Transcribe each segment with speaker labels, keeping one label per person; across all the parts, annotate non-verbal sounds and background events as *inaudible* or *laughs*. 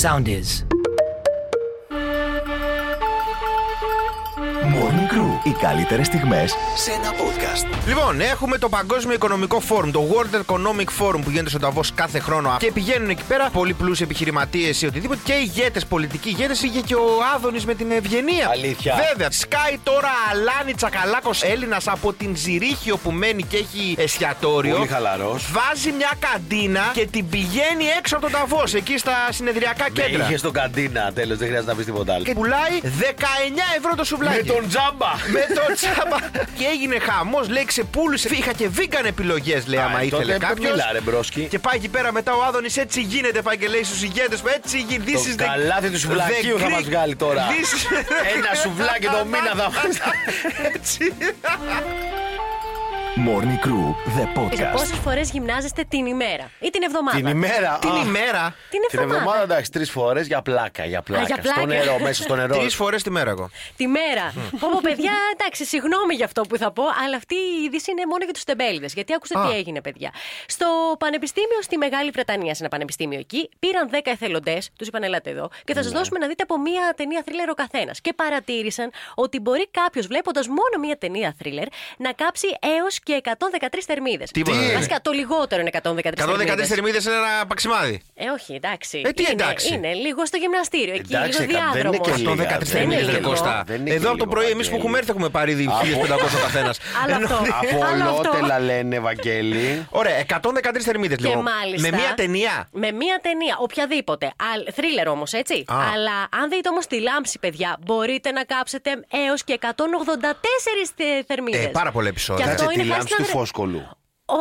Speaker 1: Sound is.
Speaker 2: Morning Crew. Οι καλύτερες στιγμές σε ένα podcast.
Speaker 3: Λοιπόν, έχουμε το Παγκόσμιο Οικονομικό Forum, το World Economic Forum που γίνεται στο Ταβό κάθε χρόνο. Και πηγαίνουν εκεί πέρα πολλοί πλούσιοι επιχειρηματίες ή οτιδήποτε και ηγέτες, πολιτικοί ηγέτες. Είχε και ο Άδωνης με την ευγενία.
Speaker 4: Αλήθεια.
Speaker 3: Βέβαια, σκάει τώρα Αλάνη Τσακαλάκος Έλληνας από την Ζυρίχιο που μένει και έχει εστιατόριο.
Speaker 4: Πολύ χαλαρός.
Speaker 3: Βάζει μια καντίνα και την πηγαίνει έξω από τον Ταβό, εκεί στα συνεδριακά κέντρα.
Speaker 4: Είχε στον καντίνα τέλος, δεν χρειάζεται να πεις τίποτα άλλο.
Speaker 3: Και πουλάει 19 ευρώ το σουβλάκι.
Speaker 4: Με τον τζάμπα!
Speaker 3: Με το τσάμπα. και έγινε χαμός, λέει, ξεπούλησε. Είχα και vegan επιλογές, λέει,
Speaker 4: Α,
Speaker 3: άμα
Speaker 4: ε,
Speaker 3: ήθελε
Speaker 4: τότε
Speaker 3: κάποιο.
Speaker 4: μιλά, ρε, μπρόσκι.
Speaker 3: Και πάει εκεί πέρα μετά ο Άδωνης, έτσι γίνεται, πάει και λέει στους ηγέτες του, έτσι γίνεται.
Speaker 4: Το καλάθι του σουβλακίου θα μας βγάλει τώρα. *laughs* Ένα σουβλάκι
Speaker 3: *laughs*
Speaker 4: το μήνα θα
Speaker 5: *laughs*
Speaker 4: μας-
Speaker 3: Έτσι.
Speaker 2: Morning Crew, the
Speaker 5: Πόσες
Speaker 2: podcast.
Speaker 5: φορές γυμνάζεστε την ημέρα ή την εβδομάδα.
Speaker 4: Την ημέρα.
Speaker 3: Την
Speaker 4: α,
Speaker 3: ημέρα.
Speaker 5: Την
Speaker 4: Την
Speaker 5: εβδομάδα.
Speaker 4: εβδομάδα εντάξει, τρεις φορές για πλάκα. Για πλάκα.
Speaker 5: για
Speaker 4: Στο
Speaker 5: πλάκα.
Speaker 4: νερό, μέσα στο νερό.
Speaker 3: Τρεις φορές τη μέρα εγώ.
Speaker 5: Τη μέρα. Πω, πω, παιδιά, εντάξει, συγγνώμη για αυτό που θα πω, αλλά αυτή η είδηση είναι μόνο για τους τεμπέληδες. Γιατί άκουσα τι έγινε, παιδιά. Στο Πανεπιστήμιο στη Μεγάλη Βρετανία, σε ένα πανεπιστήμιο εκεί, πήραν 10 εθελοντές, τους είπαν ελάτε εδώ, και θα σας δώσουμε να δείτε από μία ταινία θρίλερ ο καθένας. Και παρατήρησαν ότι μπορεί κάποιος, βλέποντας μόνο μία ταινία θρίλερ, να κάψει έως και 113 θερμίδε.
Speaker 3: Τίποτα. Τι?
Speaker 5: Βασικά το λιγότερο είναι 113
Speaker 3: 114
Speaker 5: θερμίδες.
Speaker 3: θερμίδες είναι ένα παξιμάδι.
Speaker 5: Ε, όχι, εντάξει.
Speaker 3: Ε, τι
Speaker 5: είναι,
Speaker 3: εντάξει.
Speaker 5: Είναι λίγο στο γυμναστήριο, εκεί,
Speaker 4: Εντάξει,
Speaker 5: λίγο
Speaker 4: κα- δεν είναι
Speaker 5: διάδρομο.
Speaker 4: και λίγα, δεν
Speaker 3: 113
Speaker 4: είναι
Speaker 3: θερμίδες, ρε
Speaker 4: λίγο.
Speaker 3: Κώστα.
Speaker 4: Δεν είναι και
Speaker 3: Εδώ από το
Speaker 4: λίγο,
Speaker 3: πρωί, εμείς που
Speaker 4: Βαγγέλη.
Speaker 3: έχουμε έρθει, έχουμε πάρει ήδη
Speaker 4: Από-
Speaker 3: 1500 καθένας.
Speaker 5: *laughs* Άλλο αυτό.
Speaker 4: Από
Speaker 5: Άλλο αυτό.
Speaker 4: ολότελα λένε, Βαγγέλη.
Speaker 3: Ωραία, 113 θερμίδες
Speaker 5: Και
Speaker 3: λοιπόν.
Speaker 5: μάλιστα.
Speaker 3: Με μία ταινία.
Speaker 5: Με μία ταινία, οποιαδήποτε. Αλ, θρίλερ όμως, έτσι.
Speaker 3: Α.
Speaker 5: Αλλά αν δείτε όμως τη λάμψη, παιδιά, μπορείτε να κάψετε έως και 184 θερμίδες.
Speaker 3: Ε, πάρα πολλά επεισόδια.
Speaker 5: Και
Speaker 3: Αυτό
Speaker 4: Κάτσε
Speaker 5: αυτό
Speaker 4: τη
Speaker 5: είναι
Speaker 4: λάμψη του
Speaker 5: χάρη στα βρε-
Speaker 4: φόσκολου.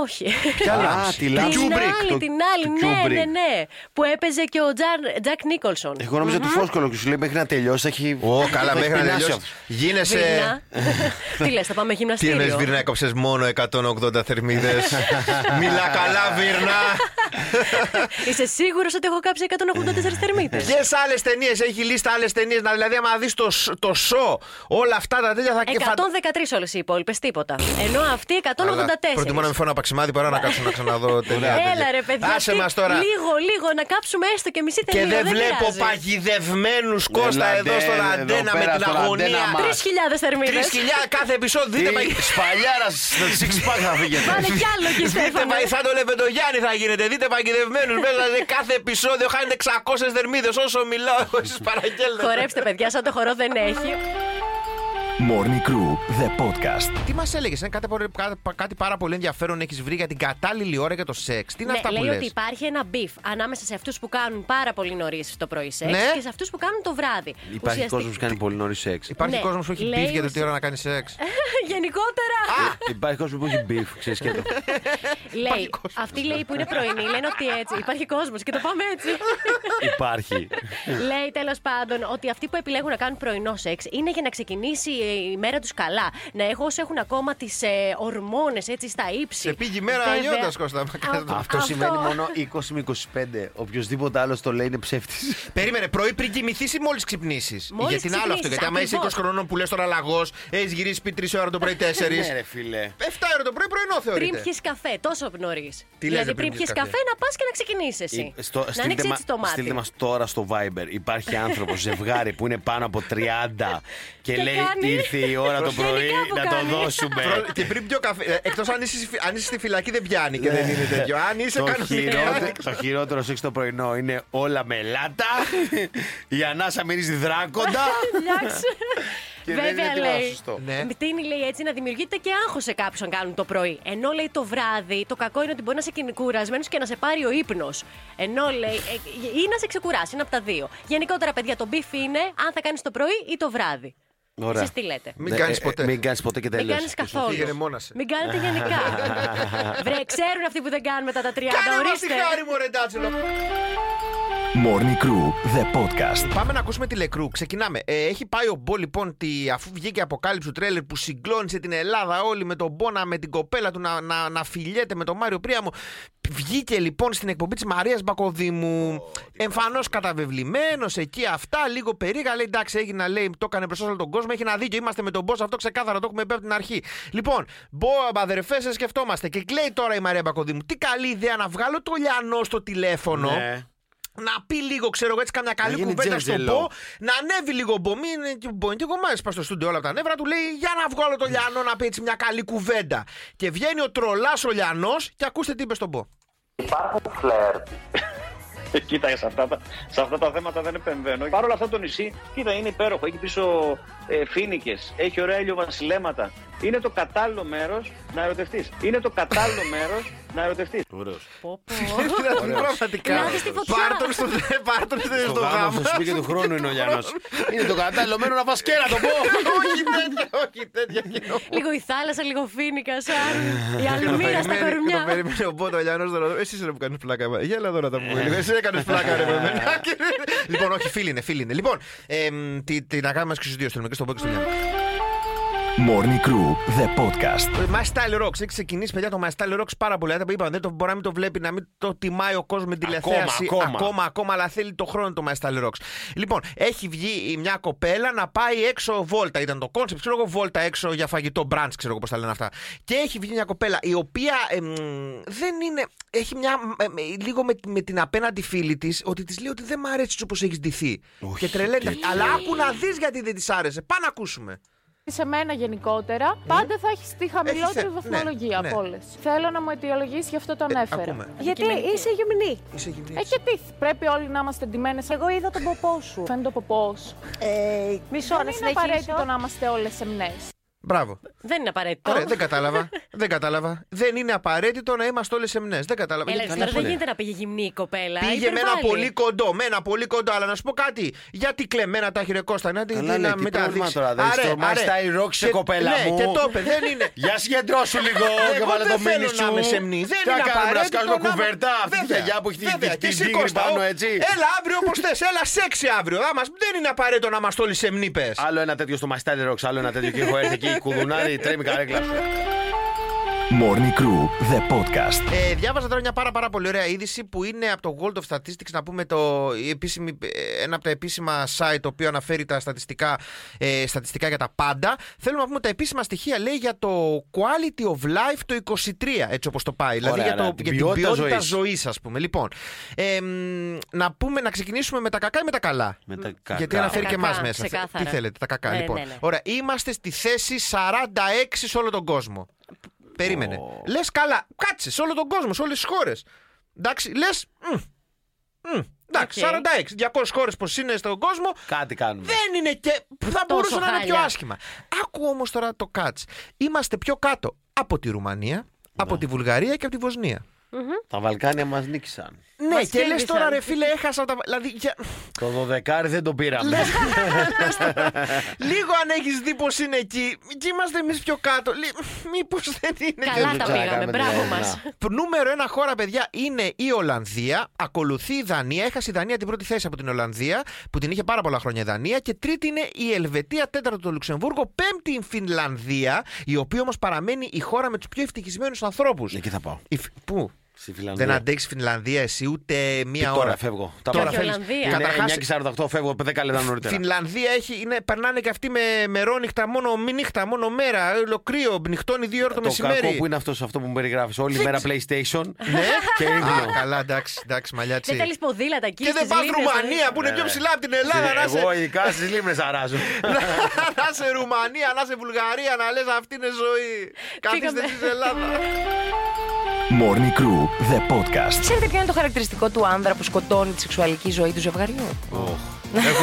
Speaker 5: Όχι.
Speaker 4: Α,
Speaker 5: *laughs*
Speaker 3: λάμψη.
Speaker 4: τη
Speaker 3: Του
Speaker 4: λάμψη.
Speaker 5: την
Speaker 3: Kubrick,
Speaker 5: άλλη,
Speaker 4: του-
Speaker 5: την
Speaker 4: του
Speaker 5: άλλη, ναι,
Speaker 4: Kubrick.
Speaker 5: ναι, ναι. Που έπαιζε και ο Τζαρ- Τζακ Νίκολσον.
Speaker 4: Εγώ νόμιζα του φόσκολου και σου λέει μέχρι να τελειώσει έχει.
Speaker 3: Ω, καλά,
Speaker 4: έχει
Speaker 3: μέχρι να
Speaker 4: πεινάσει
Speaker 3: τελειώσει.
Speaker 4: αυτός.
Speaker 3: Γίνεσαι.
Speaker 5: Βίρνα. *laughs* Τι λες, θα πάμε
Speaker 3: Τι εννοείς,
Speaker 5: γυμναστήριο.
Speaker 3: Βίρνα, έκοψες μόνο 180 θερμίδες. Μιλά καλά, Βίρνα.
Speaker 5: *laughs* Είσαι σίγουρος ότι έχω κάψει 184 θερμίδε.
Speaker 3: Ποιε άλλες ταινίες έχει λίστα, άλλες ταινίες. Να, δηλαδή, άμα δεις το, σ- το σο, όλα αυτά τα τέτοια θα
Speaker 5: 113 όλες οι υπόλοιπες, τίποτα. Ενώ αυτή 184.
Speaker 3: Αλλά Προτιμώ να μην φάω ένα παξιμάδι παρά να κάτσω να ξαναδώ ταινία.
Speaker 5: Έλα
Speaker 3: τέτοια.
Speaker 5: ρε παιδιά.
Speaker 3: Άσε
Speaker 5: τι-
Speaker 3: μας τώρα.
Speaker 5: Λίγο, λίγο, να κάψουμε έστω και μισή
Speaker 3: Και
Speaker 5: ταινία.
Speaker 3: δεν βλέπω
Speaker 5: πειράζει.
Speaker 3: παγιδευμένους
Speaker 4: Έλα,
Speaker 3: Κώστα εδώ
Speaker 4: ντε,
Speaker 3: στον
Speaker 4: εδώ
Speaker 3: αντένα με
Speaker 4: πέρα
Speaker 3: την
Speaker 4: στον
Speaker 3: αγωνία.
Speaker 4: αντένα μας.
Speaker 5: Τρεις χιλιάδες
Speaker 3: Τρει
Speaker 5: θερμίδες.
Speaker 3: χιλιάδε κάθε επεισόδιο. Δείτε
Speaker 4: Τι
Speaker 3: μα.
Speaker 4: σπαλιάρα στο six pack θα φύγετε.
Speaker 5: Πάνε κι άλλο και
Speaker 3: Δείτε
Speaker 5: Στέφανε.
Speaker 3: μα, σαν το Λεβεντογιάννη θα γίνετε. Δείτε παγιδευμένους μέσα σε κάθε επεισόδιο. Χάνετε 600 δερμίδε όσο μιλάω. Εγώ εσείς παραγγέλνετε.
Speaker 5: Χορέψτε παιδιά, σαν το χορό δεν έχει.
Speaker 2: Morning Crew, the podcast.
Speaker 3: Τι μας έλεγες, είναι κάτι, πολύ- κάτι- κάτι πάρα πολύ ενδιαφέρον έχεις βρει για την κατάλληλη ώρα για το σεξ. Τι είναι
Speaker 5: Ναι,
Speaker 3: αυτά
Speaker 5: λέει
Speaker 3: που λες?
Speaker 5: ότι υπάρχει ένα μπιφ ανάμεσα σε αυτούς που κάνουν πάρα πολύ νωρίς το πρωί σεξ
Speaker 3: Ναι.
Speaker 5: και σε αυτούς που κάνουν το βράδυ.
Speaker 4: Υπάρχει
Speaker 5: Ουσιαστικά-
Speaker 4: κόσμος που κάνει πολύ νωρίς σεξ.
Speaker 3: Υπάρχει
Speaker 5: Ναι,
Speaker 3: κόσμος που έχει
Speaker 5: λέει
Speaker 3: μπει για το
Speaker 5: ουσια-
Speaker 3: τι ώρα να κάνει σεξ.
Speaker 5: *laughs* *laughs* Γενικότερα.
Speaker 4: Ε, Υπάρχει κόσμος που έχει μπιφ, ξέρεις και το.
Speaker 5: Λέει, αυτοί
Speaker 3: ναι.
Speaker 5: λέει που είναι πρωινοί λένε ότι έτσι. Υπάρχει κόσμος και το πάμε
Speaker 3: *laughs*
Speaker 5: έτσι.
Speaker 4: Υπάρχει.
Speaker 3: Ναι.
Speaker 5: Λέει τέλος πάντων ότι αυτοί που επιλέγουν να κάνουν πρωινό σεξ είναι για να ξεκινήσει ε, η μέρα τους καλά. Να έχω όσοι έχουν ακόμα τις ε, ορμόνες έτσι στα ύψη.
Speaker 3: Σε πήγε η μέρα
Speaker 5: Βέβαια.
Speaker 3: αλλιώτας, Κώστα,
Speaker 5: Α,
Speaker 3: μα κάνεις το-
Speaker 4: Αυτό σημαίνει
Speaker 5: *laughs*
Speaker 4: μόνο 20 με 25. Οποιοδήποτε άλλος το λέει είναι ψεύτης.
Speaker 3: Περίμενε, πρωί πριν κοιμηθείς ή μόλις ξυπνήσεις.
Speaker 5: Μόλις
Speaker 3: Γιατί είναι άλλο αυτό.
Speaker 5: ξυπνήσεις,
Speaker 3: Γιατί άμα είσαι 20
Speaker 5: ακριβώς.
Speaker 3: χρονών που λες τώρα λαγός, έχεις γυρίσει σπίτι 3 ώρα
Speaker 5: *laughs*
Speaker 3: το πρωί 4. 7
Speaker 4: Ναι, ρε φίλε.
Speaker 3: ώρα το πρωί πρωινό
Speaker 5: Πριν
Speaker 3: θεωρείται.
Speaker 5: πιεις καφέ, τόσο νωρί.
Speaker 3: πριν
Speaker 5: Δηλαδή
Speaker 3: πιεις
Speaker 5: πριν πιεις
Speaker 3: καφέ.
Speaker 5: καφέ, να πας και να ξεκινήσεις εσύ.
Speaker 4: Ε, στο-
Speaker 5: να
Speaker 4: στείλτε
Speaker 5: ανοίξεις
Speaker 4: μα-
Speaker 5: έτσι το
Speaker 4: Στείλτε
Speaker 5: μάτι.
Speaker 4: μας τώρα στο Viber. Υπάρχει άνθρωπος, ζευγάρι που είναι πάνω από
Speaker 5: *laughs*
Speaker 4: 30 και,
Speaker 5: Και
Speaker 4: λέει
Speaker 5: κάνει-
Speaker 4: ήρθε η ώρα το
Speaker 5: Γενικά
Speaker 4: πρωί
Speaker 5: που
Speaker 4: να
Speaker 5: κάνει.
Speaker 4: το δώσουμε.
Speaker 3: Προ- Και πριν πιο καφέ. Εκτός αν, είσαι στη- αν είσαι στη φυλακή δεν πιάνει και
Speaker 5: Ναι.
Speaker 3: δεν είναι τέτοιο. Αν είσαι
Speaker 4: το,
Speaker 3: κανονικά.
Speaker 4: χειρότερο, το χειρότερο σεξ το πρωινό είναι όλα με λάτα. η ανάσα μυρίζει δράκοντα.
Speaker 5: Εντάξει.
Speaker 4: Και δεν είναι
Speaker 5: Βέβαια
Speaker 4: τίποτα
Speaker 5: λέει.
Speaker 4: σωστό.
Speaker 3: Ναι.
Speaker 5: Τίνει λέει έτσι να δημιουργείται και άγχος σε κάποιους αν κάνουν το πρωί. Ενώ λέει το βράδυ το κακό είναι ότι μπορεί να είσαι κουρασμένος και να σε πάρει ο ύπνος. Ενώ λέει. ε, ή να σε ξεκουράσει, είναι από τα δύο. Γενικότερα, παιδιά, το μπιφ είναι αν θα κάνεις το πρωί ή το βράδυ.
Speaker 4: Ωραία.
Speaker 5: Εσείς τι λέτε.
Speaker 3: Μην
Speaker 4: Ναι,
Speaker 3: κάνεις
Speaker 4: ε,
Speaker 3: ποτέ.
Speaker 4: Μην κάνεις ποτέ και
Speaker 5: Μην
Speaker 4: τελείωσε.
Speaker 5: κάνει καθόλου.
Speaker 3: φύγαινε μόνας σε.
Speaker 5: Μην κάνετε
Speaker 3: *laughs*
Speaker 5: γενικά. Βρε, ξέρουν αυτοί που δεν κάνουν μετά τα 30.
Speaker 3: Κάνε μας τη
Speaker 5: ορίστε.
Speaker 3: χάρη μου, ρε Ντάτσιλο.
Speaker 2: Morning Crew, the podcast.
Speaker 3: Πάμε να ακούσουμε τη Λεκρού. Ξεκινάμε. Ε, έχει πάει ο Μπό, λοιπόν, τη, αφού βγήκε η αποκάλυψη του τρέλερ που συγκλώνησε την Ελλάδα όλη με τον Μπόνα, με την κοπέλα του να, να, να φιλιέται με τον Μάριο Πρίαμο. Βγήκε λοιπόν στην εκπομπή της Μαρίας Μπακοδήμου. Εμφανώς καταβεβλημένος εκεί, αυτά, λίγο περίεργα. Λέει εντάξει, έγινε, λέει, το έκανε μπροστά σε όλο τον κόσμο. Έχει ένα δίκιο. Είμαστε με τον Μπό, αυτό ξεκάθαρα το έχουμε πει από την αρχή. Λοιπόν, Μπό, αδερφέ, σε σκεφτόμαστε. Και κλαίει τώρα η Μαρία Μπακοδήμου. Τι καλή ιδέα να βγάλω το λιανό στο τηλέφωνο.
Speaker 4: Ναι.
Speaker 3: να πει λίγο, ξέρω εγώ, έτσι καμιά καλή
Speaker 4: γίνει
Speaker 3: κουβέντα στον
Speaker 4: τζελτζελό.
Speaker 3: Μπο, να ανέβει λίγο μπομί, είναι και μπομί και κομμάτι πα στο στούντιο όλα από τα νεύρα του, λέει για να βγάλω το Λιανό να πει έτσι μια καλή κουβέντα. Και βγαίνει ο τρολάς ο Λιανός και ακούστε τι είπε στον Μπο.
Speaker 6: Υπάρχουν φλερ.
Speaker 7: *laughs* Κοίτα, σε αυτά, τα, σε αυτά τα θέματα δεν επεμβαίνω. Παρ' όλα αυτά το νησί, κοίτα, είναι υπέροχο. Έχει πίσω ε, φίνικες, έχει ωραία ηλιοβασιλέματα. Είναι το κατάλληλο μέρος να ερωτευτείς. Είναι το κατάλληλο μέρος να ερωτευτείς.
Speaker 4: Ωραίος.
Speaker 8: Πω, πω.
Speaker 3: Πραγματικά.
Speaker 8: Λάβεις τη φωτιά.
Speaker 3: Πάρτον στο, πάρτον στο-
Speaker 4: Το
Speaker 3: στο
Speaker 4: γάμο
Speaker 3: γάμο.
Speaker 4: στο σπίτι του χρόνου είναι ο
Speaker 3: *laughs*
Speaker 4: Λιανός. Είναι το κατάλληλο μέρο να φας κέρα, το πω.
Speaker 3: Όχι τέτοια, όχι τέτοια. κοινό.
Speaker 8: Λίγο η θάλασσα, λίγο φίνικα,
Speaker 3: *laughs*
Speaker 8: σαν η
Speaker 3: Το
Speaker 8: αλμύρα στα
Speaker 3: περιμένει- Το
Speaker 8: κορμιά.
Speaker 3: περιμένει ο Μπότο, ο Λιανός τώρα. Εσύ ρε που κάνεις πλάκα. εμένα. Γέλα εδώ να τα πούμε λίγο. Εσύ έκανες πλάκα ρε με εμένα. *laughs* Λοιπόν, όχι, φίλοι είναι, φίλοι είναι. Λοιπόν, εμ, τι τι να κάνουμε μας και στους δύο, στέλνουμε και στον Μπότο και στον Λιανό.
Speaker 1: Morning Crew, the podcast.
Speaker 3: My Style Rocks. Έχει ξεκινήσει, παιδιά, το My Style Rocks πάρα πολύ. Δεν είπαμε, δεν το μπορεί να μην το βλέπει, να μην το τιμάει ο κόσμος με την
Speaker 4: Ακόμα,
Speaker 3: τηλεθέαση.
Speaker 4: ακόμα.
Speaker 3: ακόμα, ακόμα, αλλά θέλει το χρόνο το My Style Rocks. Λοιπόν, έχει βγει μια κοπέλα να πάει έξω βόλτα. Ήταν το κόνσεπτ, ξέρω εγώ, βόλτα έξω για φαγητό, μπραντ, ξέρω εγώ πώς τα λένε αυτά. Και έχει βγει μια κοπέλα η οποία εμ, δεν είναι. Έχει μια. εμ, ε, λίγο με, με την απέναντι φίλη της, ότι της λέει ότι δεν μ' αρέσει όπως έχεις ντυθεί.
Speaker 4: Όχι,
Speaker 3: και τρελαίνεται.
Speaker 4: τέτοιο.
Speaker 3: Αλλά άκου να δεις γιατί δεν της άρεσε. Πάμε να ακούσουμε.
Speaker 9: Σε μένα γενικότερα, πάντα θα έχεις τη
Speaker 3: Ναι. Έχεις
Speaker 9: χαμηλότερη
Speaker 3: θε-
Speaker 9: βαθμολογία
Speaker 3: ναι,
Speaker 9: από
Speaker 3: ναι.
Speaker 9: όλες. Θέλω να μου αιτιολογήσεις, γι' αυτό το ανέφερα.
Speaker 3: ακούμε.
Speaker 5: Γιατί είσαι γυμνή.
Speaker 3: Είσαι γυμνή.
Speaker 9: Ε, και τι, πρέπει όλοι να είμαστε ντυμένες.
Speaker 5: Εγώ είδα τον ποπό σου.
Speaker 9: Φαίνεται ο ποπό.
Speaker 5: Ε, Μισό
Speaker 9: Δεν
Speaker 5: να
Speaker 9: είναι
Speaker 5: συνεχίσω.
Speaker 9: απαραίτητο να είμαστε όλες σεμνέ.
Speaker 3: Μπράβο.
Speaker 8: Δεν είναι απαραίτητο.
Speaker 3: Ωραία, δεν κατάλαβα. δεν κατάλαβα. Δεν είναι απαραίτητο να είμαστε όλες σεμνές. Δεν κατάλαβα.
Speaker 8: Έλα,
Speaker 3: Γιατί
Speaker 8: ρε,
Speaker 3: καλά
Speaker 8: τώρα δεν
Speaker 3: που
Speaker 8: γίνεται να πήγε γυμνή η κοπέλα.
Speaker 3: λέει. Πήγε με ένα
Speaker 8: υπερβάλλει.
Speaker 3: πολύ κοντό, με ένα πολύ κοντό, αλλά να σου πω κάτι. Γιατί κλεμμένα τα χειρε Κώστα, να την
Speaker 4: Καλά,
Speaker 3: να
Speaker 4: λέει, τι πρόβλημα τώρα, δεν
Speaker 3: Άρε,
Speaker 4: στο My
Speaker 3: άρε.
Speaker 4: Style Rocks σε
Speaker 3: Και-
Speaker 4: κοπέλα
Speaker 3: ναι,
Speaker 4: μου.
Speaker 3: και το είπε, δεν είναι.
Speaker 4: *laughs* Για συγκεντρώσου λίγο και
Speaker 3: Εγώ
Speaker 4: βάλε
Speaker 3: δεν
Speaker 4: το μήνυ
Speaker 3: θέλω
Speaker 4: σου.
Speaker 3: να είμαι σεμνή. Δεν
Speaker 4: Τι να
Speaker 3: είναι
Speaker 4: κάνουμε, να
Speaker 3: απαραίτητο
Speaker 4: σκάσουμε
Speaker 3: να είμαι-
Speaker 4: κουβέρτα αυτή τη
Speaker 3: Βέβαια.
Speaker 4: γιαγιά που έχει την-
Speaker 3: Βέβαια,
Speaker 4: την
Speaker 3: και εσύ,
Speaker 4: τίγρη
Speaker 3: Κώστα,
Speaker 4: πάνω
Speaker 3: ο-
Speaker 4: έτσι.
Speaker 3: Έλα αύριο όπως θες, έλα σεξι αύριο. Άμα δεν είναι απαραίτητο να είμαστε όλοι σεμνοί, πες.
Speaker 4: Άλλο ένα τέτοιο στο Μαστάλι Ροξ, άλλο ένα τέτοιο και έχω έρθει εκεί. Κουδουνάρι, τρέμει καρέκλα σου.
Speaker 1: Morning Crew, the podcast.
Speaker 3: Ε, διάβαζα τώρα μια πάρα, πάρα πολύ ωραία είδηση που είναι από το World of Statistics, να πούμε το η επίσημη, ε, ένα από τα επίσημα site το οποίο αναφέρει τα στατιστικά, ε, στατιστικά για τα πάντα. Θέλουμε να πούμε τα επίσημα στοιχεία λέει για το quality of life το 23, έτσι όπως το πάει. δηλαδή
Speaker 4: Ωραία,
Speaker 3: για, το,
Speaker 4: άρα, την
Speaker 3: για
Speaker 4: ποιότητα
Speaker 3: την ποιότητα
Speaker 4: ζωής.
Speaker 3: ζωής, ας πούμε. Λοιπόν, ε, μ, να, πούμε, να ξεκινήσουμε με τα κακά ή με τα καλά.
Speaker 4: Με τα κακά.
Speaker 3: Γιατί αναφέρει
Speaker 8: Τα
Speaker 3: και
Speaker 8: κακά,
Speaker 3: εμά μέσα.
Speaker 8: ξεκάθαρα.
Speaker 3: Τι θέλετε, τα κακά.
Speaker 8: Ναι,
Speaker 3: λοιπόν.
Speaker 8: ναι, ναι.
Speaker 3: Ωραία, είμαστε στη θέση 46 σε όλο τον κόσμο. Περίμενε. Λες καλά, κάτσε σε όλο τον κόσμο, σε όλες τις χώρες. Εντάξει, λες. Εντάξει,
Speaker 8: Οκ.
Speaker 3: 46. 200 χώρες πώ είναι στον κόσμο,
Speaker 4: Κάτι κάνουμε.
Speaker 3: δεν είναι και. θα μπορούσε να είναι
Speaker 8: χάλια.
Speaker 3: πιο άσχημα. Άκου όμως τώρα το κάτς. Είμαστε πιο κάτω από τη Ρουμανία, από τη Βουλγαρία και από τη Βοσνία.
Speaker 4: Τα Βαλκάνια μας νίκησαν.
Speaker 3: Ναι,
Speaker 8: Μας
Speaker 3: και λες
Speaker 8: κέρδισαν.
Speaker 3: τώρα ρε φίλε, έχασα τα. Δηλαδή, για-
Speaker 4: Το δωδεκάρι δεν το πήραμε.
Speaker 3: Λίγο αν έχεις δει πώς είναι εκεί. Και είμαστε εμείς πιο κάτω. Μήπως δεν είναι.
Speaker 8: Καλά
Speaker 4: Δεν
Speaker 8: τα
Speaker 4: το
Speaker 8: πήγαμε.
Speaker 4: τσάκαμε,
Speaker 8: Μπράβο
Speaker 4: δηλαδή,
Speaker 8: μα.
Speaker 4: να.
Speaker 3: Νούμερο ένα χώρα, παιδιά, είναι η Ολλανδία. Ακολουθεί η Δανία. Έχασε η Δανία την πρώτη θέση από την Ολλανδία, που την είχε πάρα πολλά χρόνια η Δανία. Και τρίτη είναι η Ελβετία, τέταρτο το Λουξεμβούργο, πέμπτη η Φινλανδία, η οποία όμως παραμένει η χώρα με τους πιο ευτυχισμένους ανθρώπους.
Speaker 4: ναι. Εκεί θα πάω.
Speaker 3: Πού?
Speaker 4: Στη Φιλανδία.
Speaker 3: Δεν αντέξει Φινλανδία εσύ ούτε μία
Speaker 4: Τώρα
Speaker 3: ώρα.
Speaker 4: φεύγω. Τα Ναι,
Speaker 3: Τώρα
Speaker 8: πάω.
Speaker 3: φεύγεις.
Speaker 8: Και Ολλανδία.
Speaker 4: Είναι
Speaker 3: Καταρχάς,
Speaker 4: 9.48, φεύγω 10 λεπτά νωρίτερα.
Speaker 3: Φινλανδία έχει, είναι, περνάνε και αυτοί με μερόνυχτα, μόνο μη νύχτα, μόνο μέρα, ολοκρύο, νυχτώνει δύο ώρες το,
Speaker 4: Το
Speaker 3: μεσημέρι. Ναι.
Speaker 4: κακό που είναι αυτός, αυτό που μου περιγράφεις. Όλη μέρα PlayStation και
Speaker 3: Α,
Speaker 4: ύπνο.
Speaker 3: καλά, εντάξει, εντάξει, μαλλιάτσι.
Speaker 8: Δεν θέλεις ποδήλατα εκεί.
Speaker 3: Και δεν
Speaker 8: στις
Speaker 3: πας
Speaker 8: λίμνες,
Speaker 5: ε.
Speaker 3: Ρουμανία που είναι
Speaker 4: Ναι,
Speaker 3: πιο
Speaker 4: ναι.
Speaker 3: ψηλά από την Ελλάδα να
Speaker 4: Εγώ
Speaker 3: είσαι.
Speaker 4: ειδικά στις λίμνες αράζω.
Speaker 3: *laughs* να είσαι Ρουμανία, να είσαι Βουλγαρία, να λες αυτή είναι ζωή. Καθίστε
Speaker 8: Φύγαμε.
Speaker 3: στην Ελλάδα.
Speaker 4: *laughs*
Speaker 1: Morning Crew, the podcast.
Speaker 5: Ξέρετε ποιο είναι το χαρακτηριστικό του άνδρα που σκοτώνει τη σεξουαλική ζωή του ζευγαριού.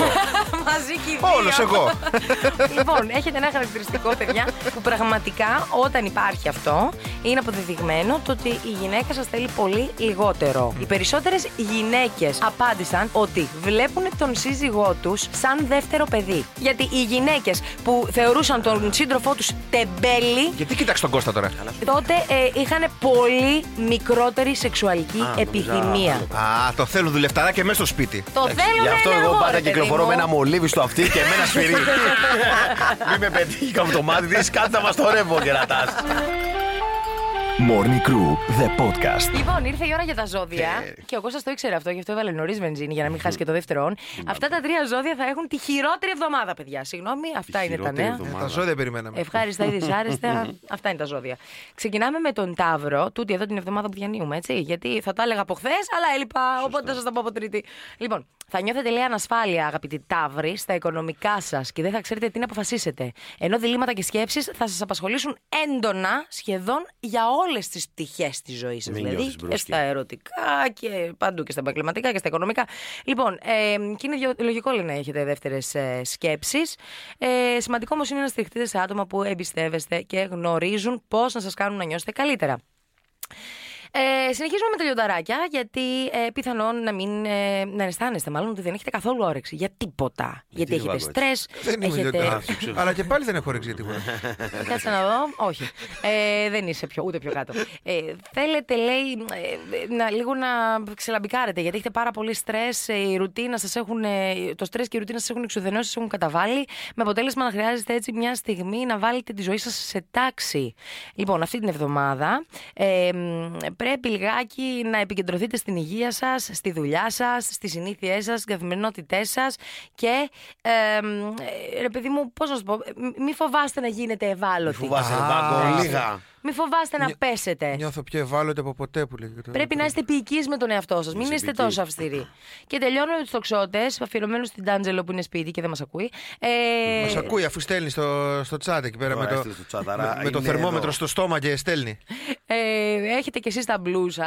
Speaker 5: *laughs* Μαζί και οι δύο.
Speaker 3: Όλος εγώ.
Speaker 5: *laughs* λοιπόν, έχετε ένα χαρακτηριστικό, παιδιά, που πραγματικά όταν υπάρχει αυτό, είναι αποδεδειγμένο το ότι η γυναίκα σας θέλει πολύ λιγότερο. Οι περισσότερες γυναίκες απάντησαν ότι βλέπουν τον σύζυγό τους σαν δεύτερο παιδί. Γιατί οι γυναίκες που θεωρούσαν τον σύντροφό τους τεμπέλη
Speaker 3: Γιατί κοίταξε τον Κώστα τώρα.
Speaker 5: τότε ε, είχαν πολύ μικρότερη σεξουαλική επιθυμία.
Speaker 3: Α, το θέλουν δουλευταρά και μέσα στο σπίτι.
Speaker 5: Το θέλουν
Speaker 4: Γι' αυτό
Speaker 5: ενεργό,
Speaker 4: εγώ
Speaker 5: ρε
Speaker 4: πάντα
Speaker 5: παιδί
Speaker 4: κυκλοφορώ
Speaker 5: μου.
Speaker 4: με ένα μολύβι στο αυτί και με ένα σφυρί. Μην με πετύχει από το μάτι τη, κάτι θα μα το ρεύω και
Speaker 1: Morning Crew, the podcast.
Speaker 5: Λοιπόν, ήρθε η ώρα για τα ζώδια.
Speaker 3: Ε.
Speaker 5: Και ο Κώστας το ήξερε αυτό, γι' αυτό έβαλε νωρίς βενζίνη για να μην χάσει και το δεύτερο. Αυτά τα τρία ζώδια θα έχουν τη χειρότερη εβδομάδα, παιδιά. Συγγνώμη, αυτά είναι τα
Speaker 4: χειρότερη
Speaker 5: νέα.
Speaker 4: εβδομάδα.
Speaker 3: Ε, Τα ζώδια
Speaker 5: Ε,
Speaker 3: περιμέναμε.
Speaker 5: Ευχάριστα ή δυσάρεστα. *laughs* Αυτά είναι τα ζώδια. Ξεκινάμε με τον Ταύρο, τούτη εδώ την εβδομάδα που διανύουμε, έτσι. Γιατί θα τα έλεγα από χθες, αλλά έλειπα. Οπότε θα σας τα πω από Τρίτη. Λοιπόν, θα νιώθετε λέει ανασφάλεια, αγαπητοί Ταύροι, στα οικονομικά σας και δεν θα ξέρετε τι να αποφασίσετε. Ενώ διλήμματα και σκέψεις θα σας απασχολήσουν έντονα σχεδόν για όλες τις πτυχές της ζωής σας.
Speaker 4: Μην
Speaker 5: Δηλαδή
Speaker 4: νιώθεις
Speaker 5: και
Speaker 4: μπρούσκι.
Speaker 5: στα ερωτικά και παντού και στα επαγγελματικά και στα οικονομικά. Λοιπόν, ε, και είναι διο- λογικό λέει, να έχετε δεύτερες ε, σκέψεις. Ε, σημαντικό όμως είναι να στηριχτείτε σε άτομα που εμπιστεύεστε και γνωρίζουν πώς να σας κάνουν να νιώσετε καλύτερα. Ε, συνεχίζουμε με τα λιονταράκια, γιατί ε, πιθανόν να μην ε, να αισθάνεστε μάλλον ότι δεν έχετε καθόλου όρεξη για τίποτα. γιατί
Speaker 4: το
Speaker 5: έχετε
Speaker 4: βάζω
Speaker 5: στρες,
Speaker 3: Δεν είμαι
Speaker 5: έχετε.
Speaker 3: ιδιωτικά. Αλλά και πάλι δεν έχω ρίξει τίποτα.
Speaker 5: Κάτσε να δω. Όχι. Ε, δεν είσαι πιο, ούτε πιο κάτω. Ε, θέλετε, λέει, ε, να, λίγο να ξελαμπικάρετε γιατί έχετε πάρα πολύ στρες. Η ρουτίνα σας έχουν, ε, το στρες και η ρουτίνα σας έχουν εξουδενώσει, σας έχουν καταβάλει. Με αποτέλεσμα να χρειάζεστε έτσι μια στιγμή να βάλετε τη ζωή σας σε τάξη. Λοιπόν, αυτή την εβδομάδα ε, μ, πρέπει λιγάκι να επικεντρωθείτε στην υγεία σας, στη δουλειά σας, στις συνήθειές σας, στι καθημερινότητές σας και ε, μ, ε, ρε παιδί μου, πώς να σου πω, ε, μ- μη φοβάστε να γίνετε ευάλωτοι.
Speaker 4: Φοβάσαι,
Speaker 3: Α,
Speaker 4: Μπάγκο,
Speaker 3: εντάξει.
Speaker 4: λίγα.
Speaker 5: Μη φοβάστε να
Speaker 3: Νιώ-
Speaker 5: πέσετε.
Speaker 3: Νιώθω πιο ευάλωτη από ποτέ που λέγεται.
Speaker 5: Ε. Πρέπει να είστε ποιικοί με τον εαυτό σας. Μην είστε
Speaker 4: επικοί.
Speaker 5: τόσο αυστηροί. Και τελειώνω με τους τοξότες, αφιερωμένους στην Τάντζελο που είναι σπίτι και δεν μας ακούει. Ε,
Speaker 3: Μας ακούει αφού στέλνει στο, στο τσάτ εκεί πέρα
Speaker 4: Τώρα
Speaker 3: με το,
Speaker 4: έστειλε στο τσαταρά,
Speaker 3: με- με το
Speaker 4: είναι
Speaker 3: θερμόμετρο
Speaker 4: εδώ.
Speaker 3: στο στόμα και στέλνει.
Speaker 5: Ε, έχετε κι εσείς τα μπλου σας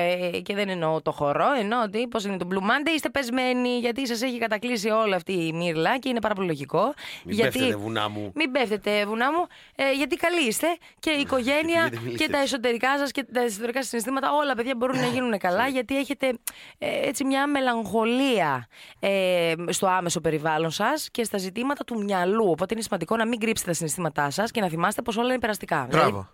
Speaker 5: ε, και δεν εννοώ το χορό, εννοώ ότι πώς είναι το Blue Monday, είστε πεσμένοι γιατί σας έχει κατακλείσει όλη αυτή η μύρλα και είναι πάρα πολύ λογικό.
Speaker 4: Μην
Speaker 5: γιατί...
Speaker 4: πέφτετε, βουνά μου.
Speaker 5: Μην πέφτετε, βουνά μου, ε, γιατί καλοί είστε και η οικογένεια
Speaker 4: Πηγαίνετε, μιλήστε.
Speaker 5: και τα εσωτερικά σας και τα εσωτερικά σας συναισθήματα, όλα παιδιά μπορούν να
Speaker 4: Ναι,
Speaker 5: γίνουν καλά γιατί έχετε ε, έτσι μια μελαγχολία ε, στο άμεσο περιβάλλον σας και στα ζητήματα του μυαλού. Οπότε είναι σημαντικό να μην κρύψετε τα συναισθήματά σας και να θυμάστε πως όλα είναι περαστικά. Δηλαδή,
Speaker 3: Μπράβο.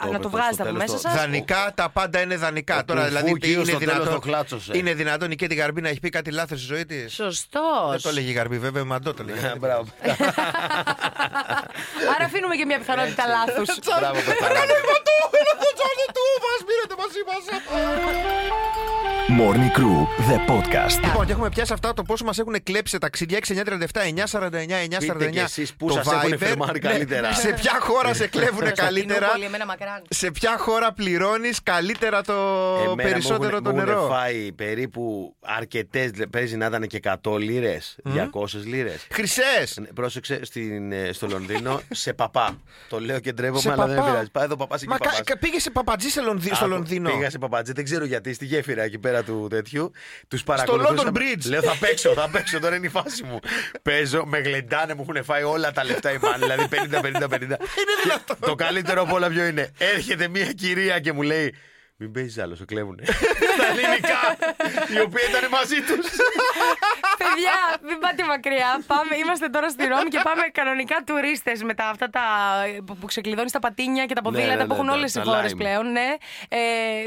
Speaker 5: α, να
Speaker 4: πες
Speaker 5: το
Speaker 4: το
Speaker 5: βγάζετε
Speaker 4: στο
Speaker 5: από
Speaker 4: τέλος
Speaker 5: μέσα
Speaker 4: το-
Speaker 5: σας.
Speaker 3: Δανεικά τα πάντα είναι δανεικά.
Speaker 4: Ο
Speaker 3: Τώρα
Speaker 4: κουφού
Speaker 3: δηλαδή
Speaker 4: κύριος
Speaker 3: είναι
Speaker 4: στο τέλος
Speaker 3: δυνατόν,
Speaker 4: το κλάτσωσε.
Speaker 3: είναι δυνατόν η Κέτι Γαρμπή να έχει πει κάτι λάθος στη ζωή της.
Speaker 5: Σωστό.
Speaker 3: Δεν το λέγει η Γαρμπή, βέβαια, η Μαντό το λέγει.
Speaker 4: *laughs* Μπράβο.
Speaker 5: Άρα αφήνουμε και μια πιθανότητα λάθους.
Speaker 4: Μπράβο, Κατάρα.
Speaker 1: Morning Crew, the podcast.
Speaker 3: Λοιπόν, και έχουμε πιάσει αυτά το πόσο μας έχουν κλέψει τα ταξίδια 6937-949-949.
Speaker 4: Πείτε κι εσείς πού σας έχουνε φερμάρει καλύτερα.
Speaker 3: ναι, Σε ποια χώρα σε κλέβουν καλύτερα.
Speaker 5: Εμένα μακράν.
Speaker 3: Σε ποια χώρα πληρώνεις καλύτερα το
Speaker 4: Εμένα μου
Speaker 3: περισσότερο
Speaker 4: έχουν-
Speaker 3: το
Speaker 4: μου έχουν
Speaker 3: νερό.
Speaker 4: φάει περίπου αρκετές. Παίζει να ήταν και 100 λίρε, 200 λίρες.
Speaker 3: Χρυσές!
Speaker 4: Ναι, Πρόσεξε στην, ε, στο Λονδίνο σε παπά. Το λέω και
Speaker 3: Σε
Speaker 4: ντρέπομαι, αλλά δεν
Speaker 3: παπά.
Speaker 4: πειράζει. Πάει εδώ παπάς και
Speaker 3: Μα κα-
Speaker 4: παπάς.
Speaker 3: κα- πήγε σε παπατζή σε Λονδι- στο
Speaker 4: Άκου,
Speaker 3: Λονδίνο.
Speaker 4: Πήγα σε παπατζή, δεν ξέρω γιατί, στη γέφυρα εκεί πέρα του τέτοιου. Τους παρακολουθούσα.
Speaker 3: London Bridge.
Speaker 4: Λέω θα παίξω, θα παίξω, τώρα είναι η φάση μου. Παίζω, με γλεντάνε, μου έχουν φάει όλα τα λεφτά οι μάνοι, δηλαδή 50-50-50.
Speaker 3: *laughs*
Speaker 4: Και Το καλύτερο από όλα ποιο είναι. Έρχεται μια κυρία και μου λέει. Μην παίζεις άλλο, σε
Speaker 3: *laughs*
Speaker 4: κλέβουνε. Στα ελληνικά, η οποία ήταν μαζί τους.
Speaker 5: Παιδιά, μην πάτε μακριά. Πάμε, είμαστε τώρα στη Ρώμη και πάμε κανονικά τουρίστες με τα, αυτά τα, που- που ξεκλειδώνεις τα πατίνια και τα ποδήλατα
Speaker 4: ναι,
Speaker 5: που έχουν
Speaker 4: ναι,
Speaker 5: όλες οι
Speaker 4: τα
Speaker 5: χώρες
Speaker 4: Lime.
Speaker 5: πλέον. Ναι. Ε,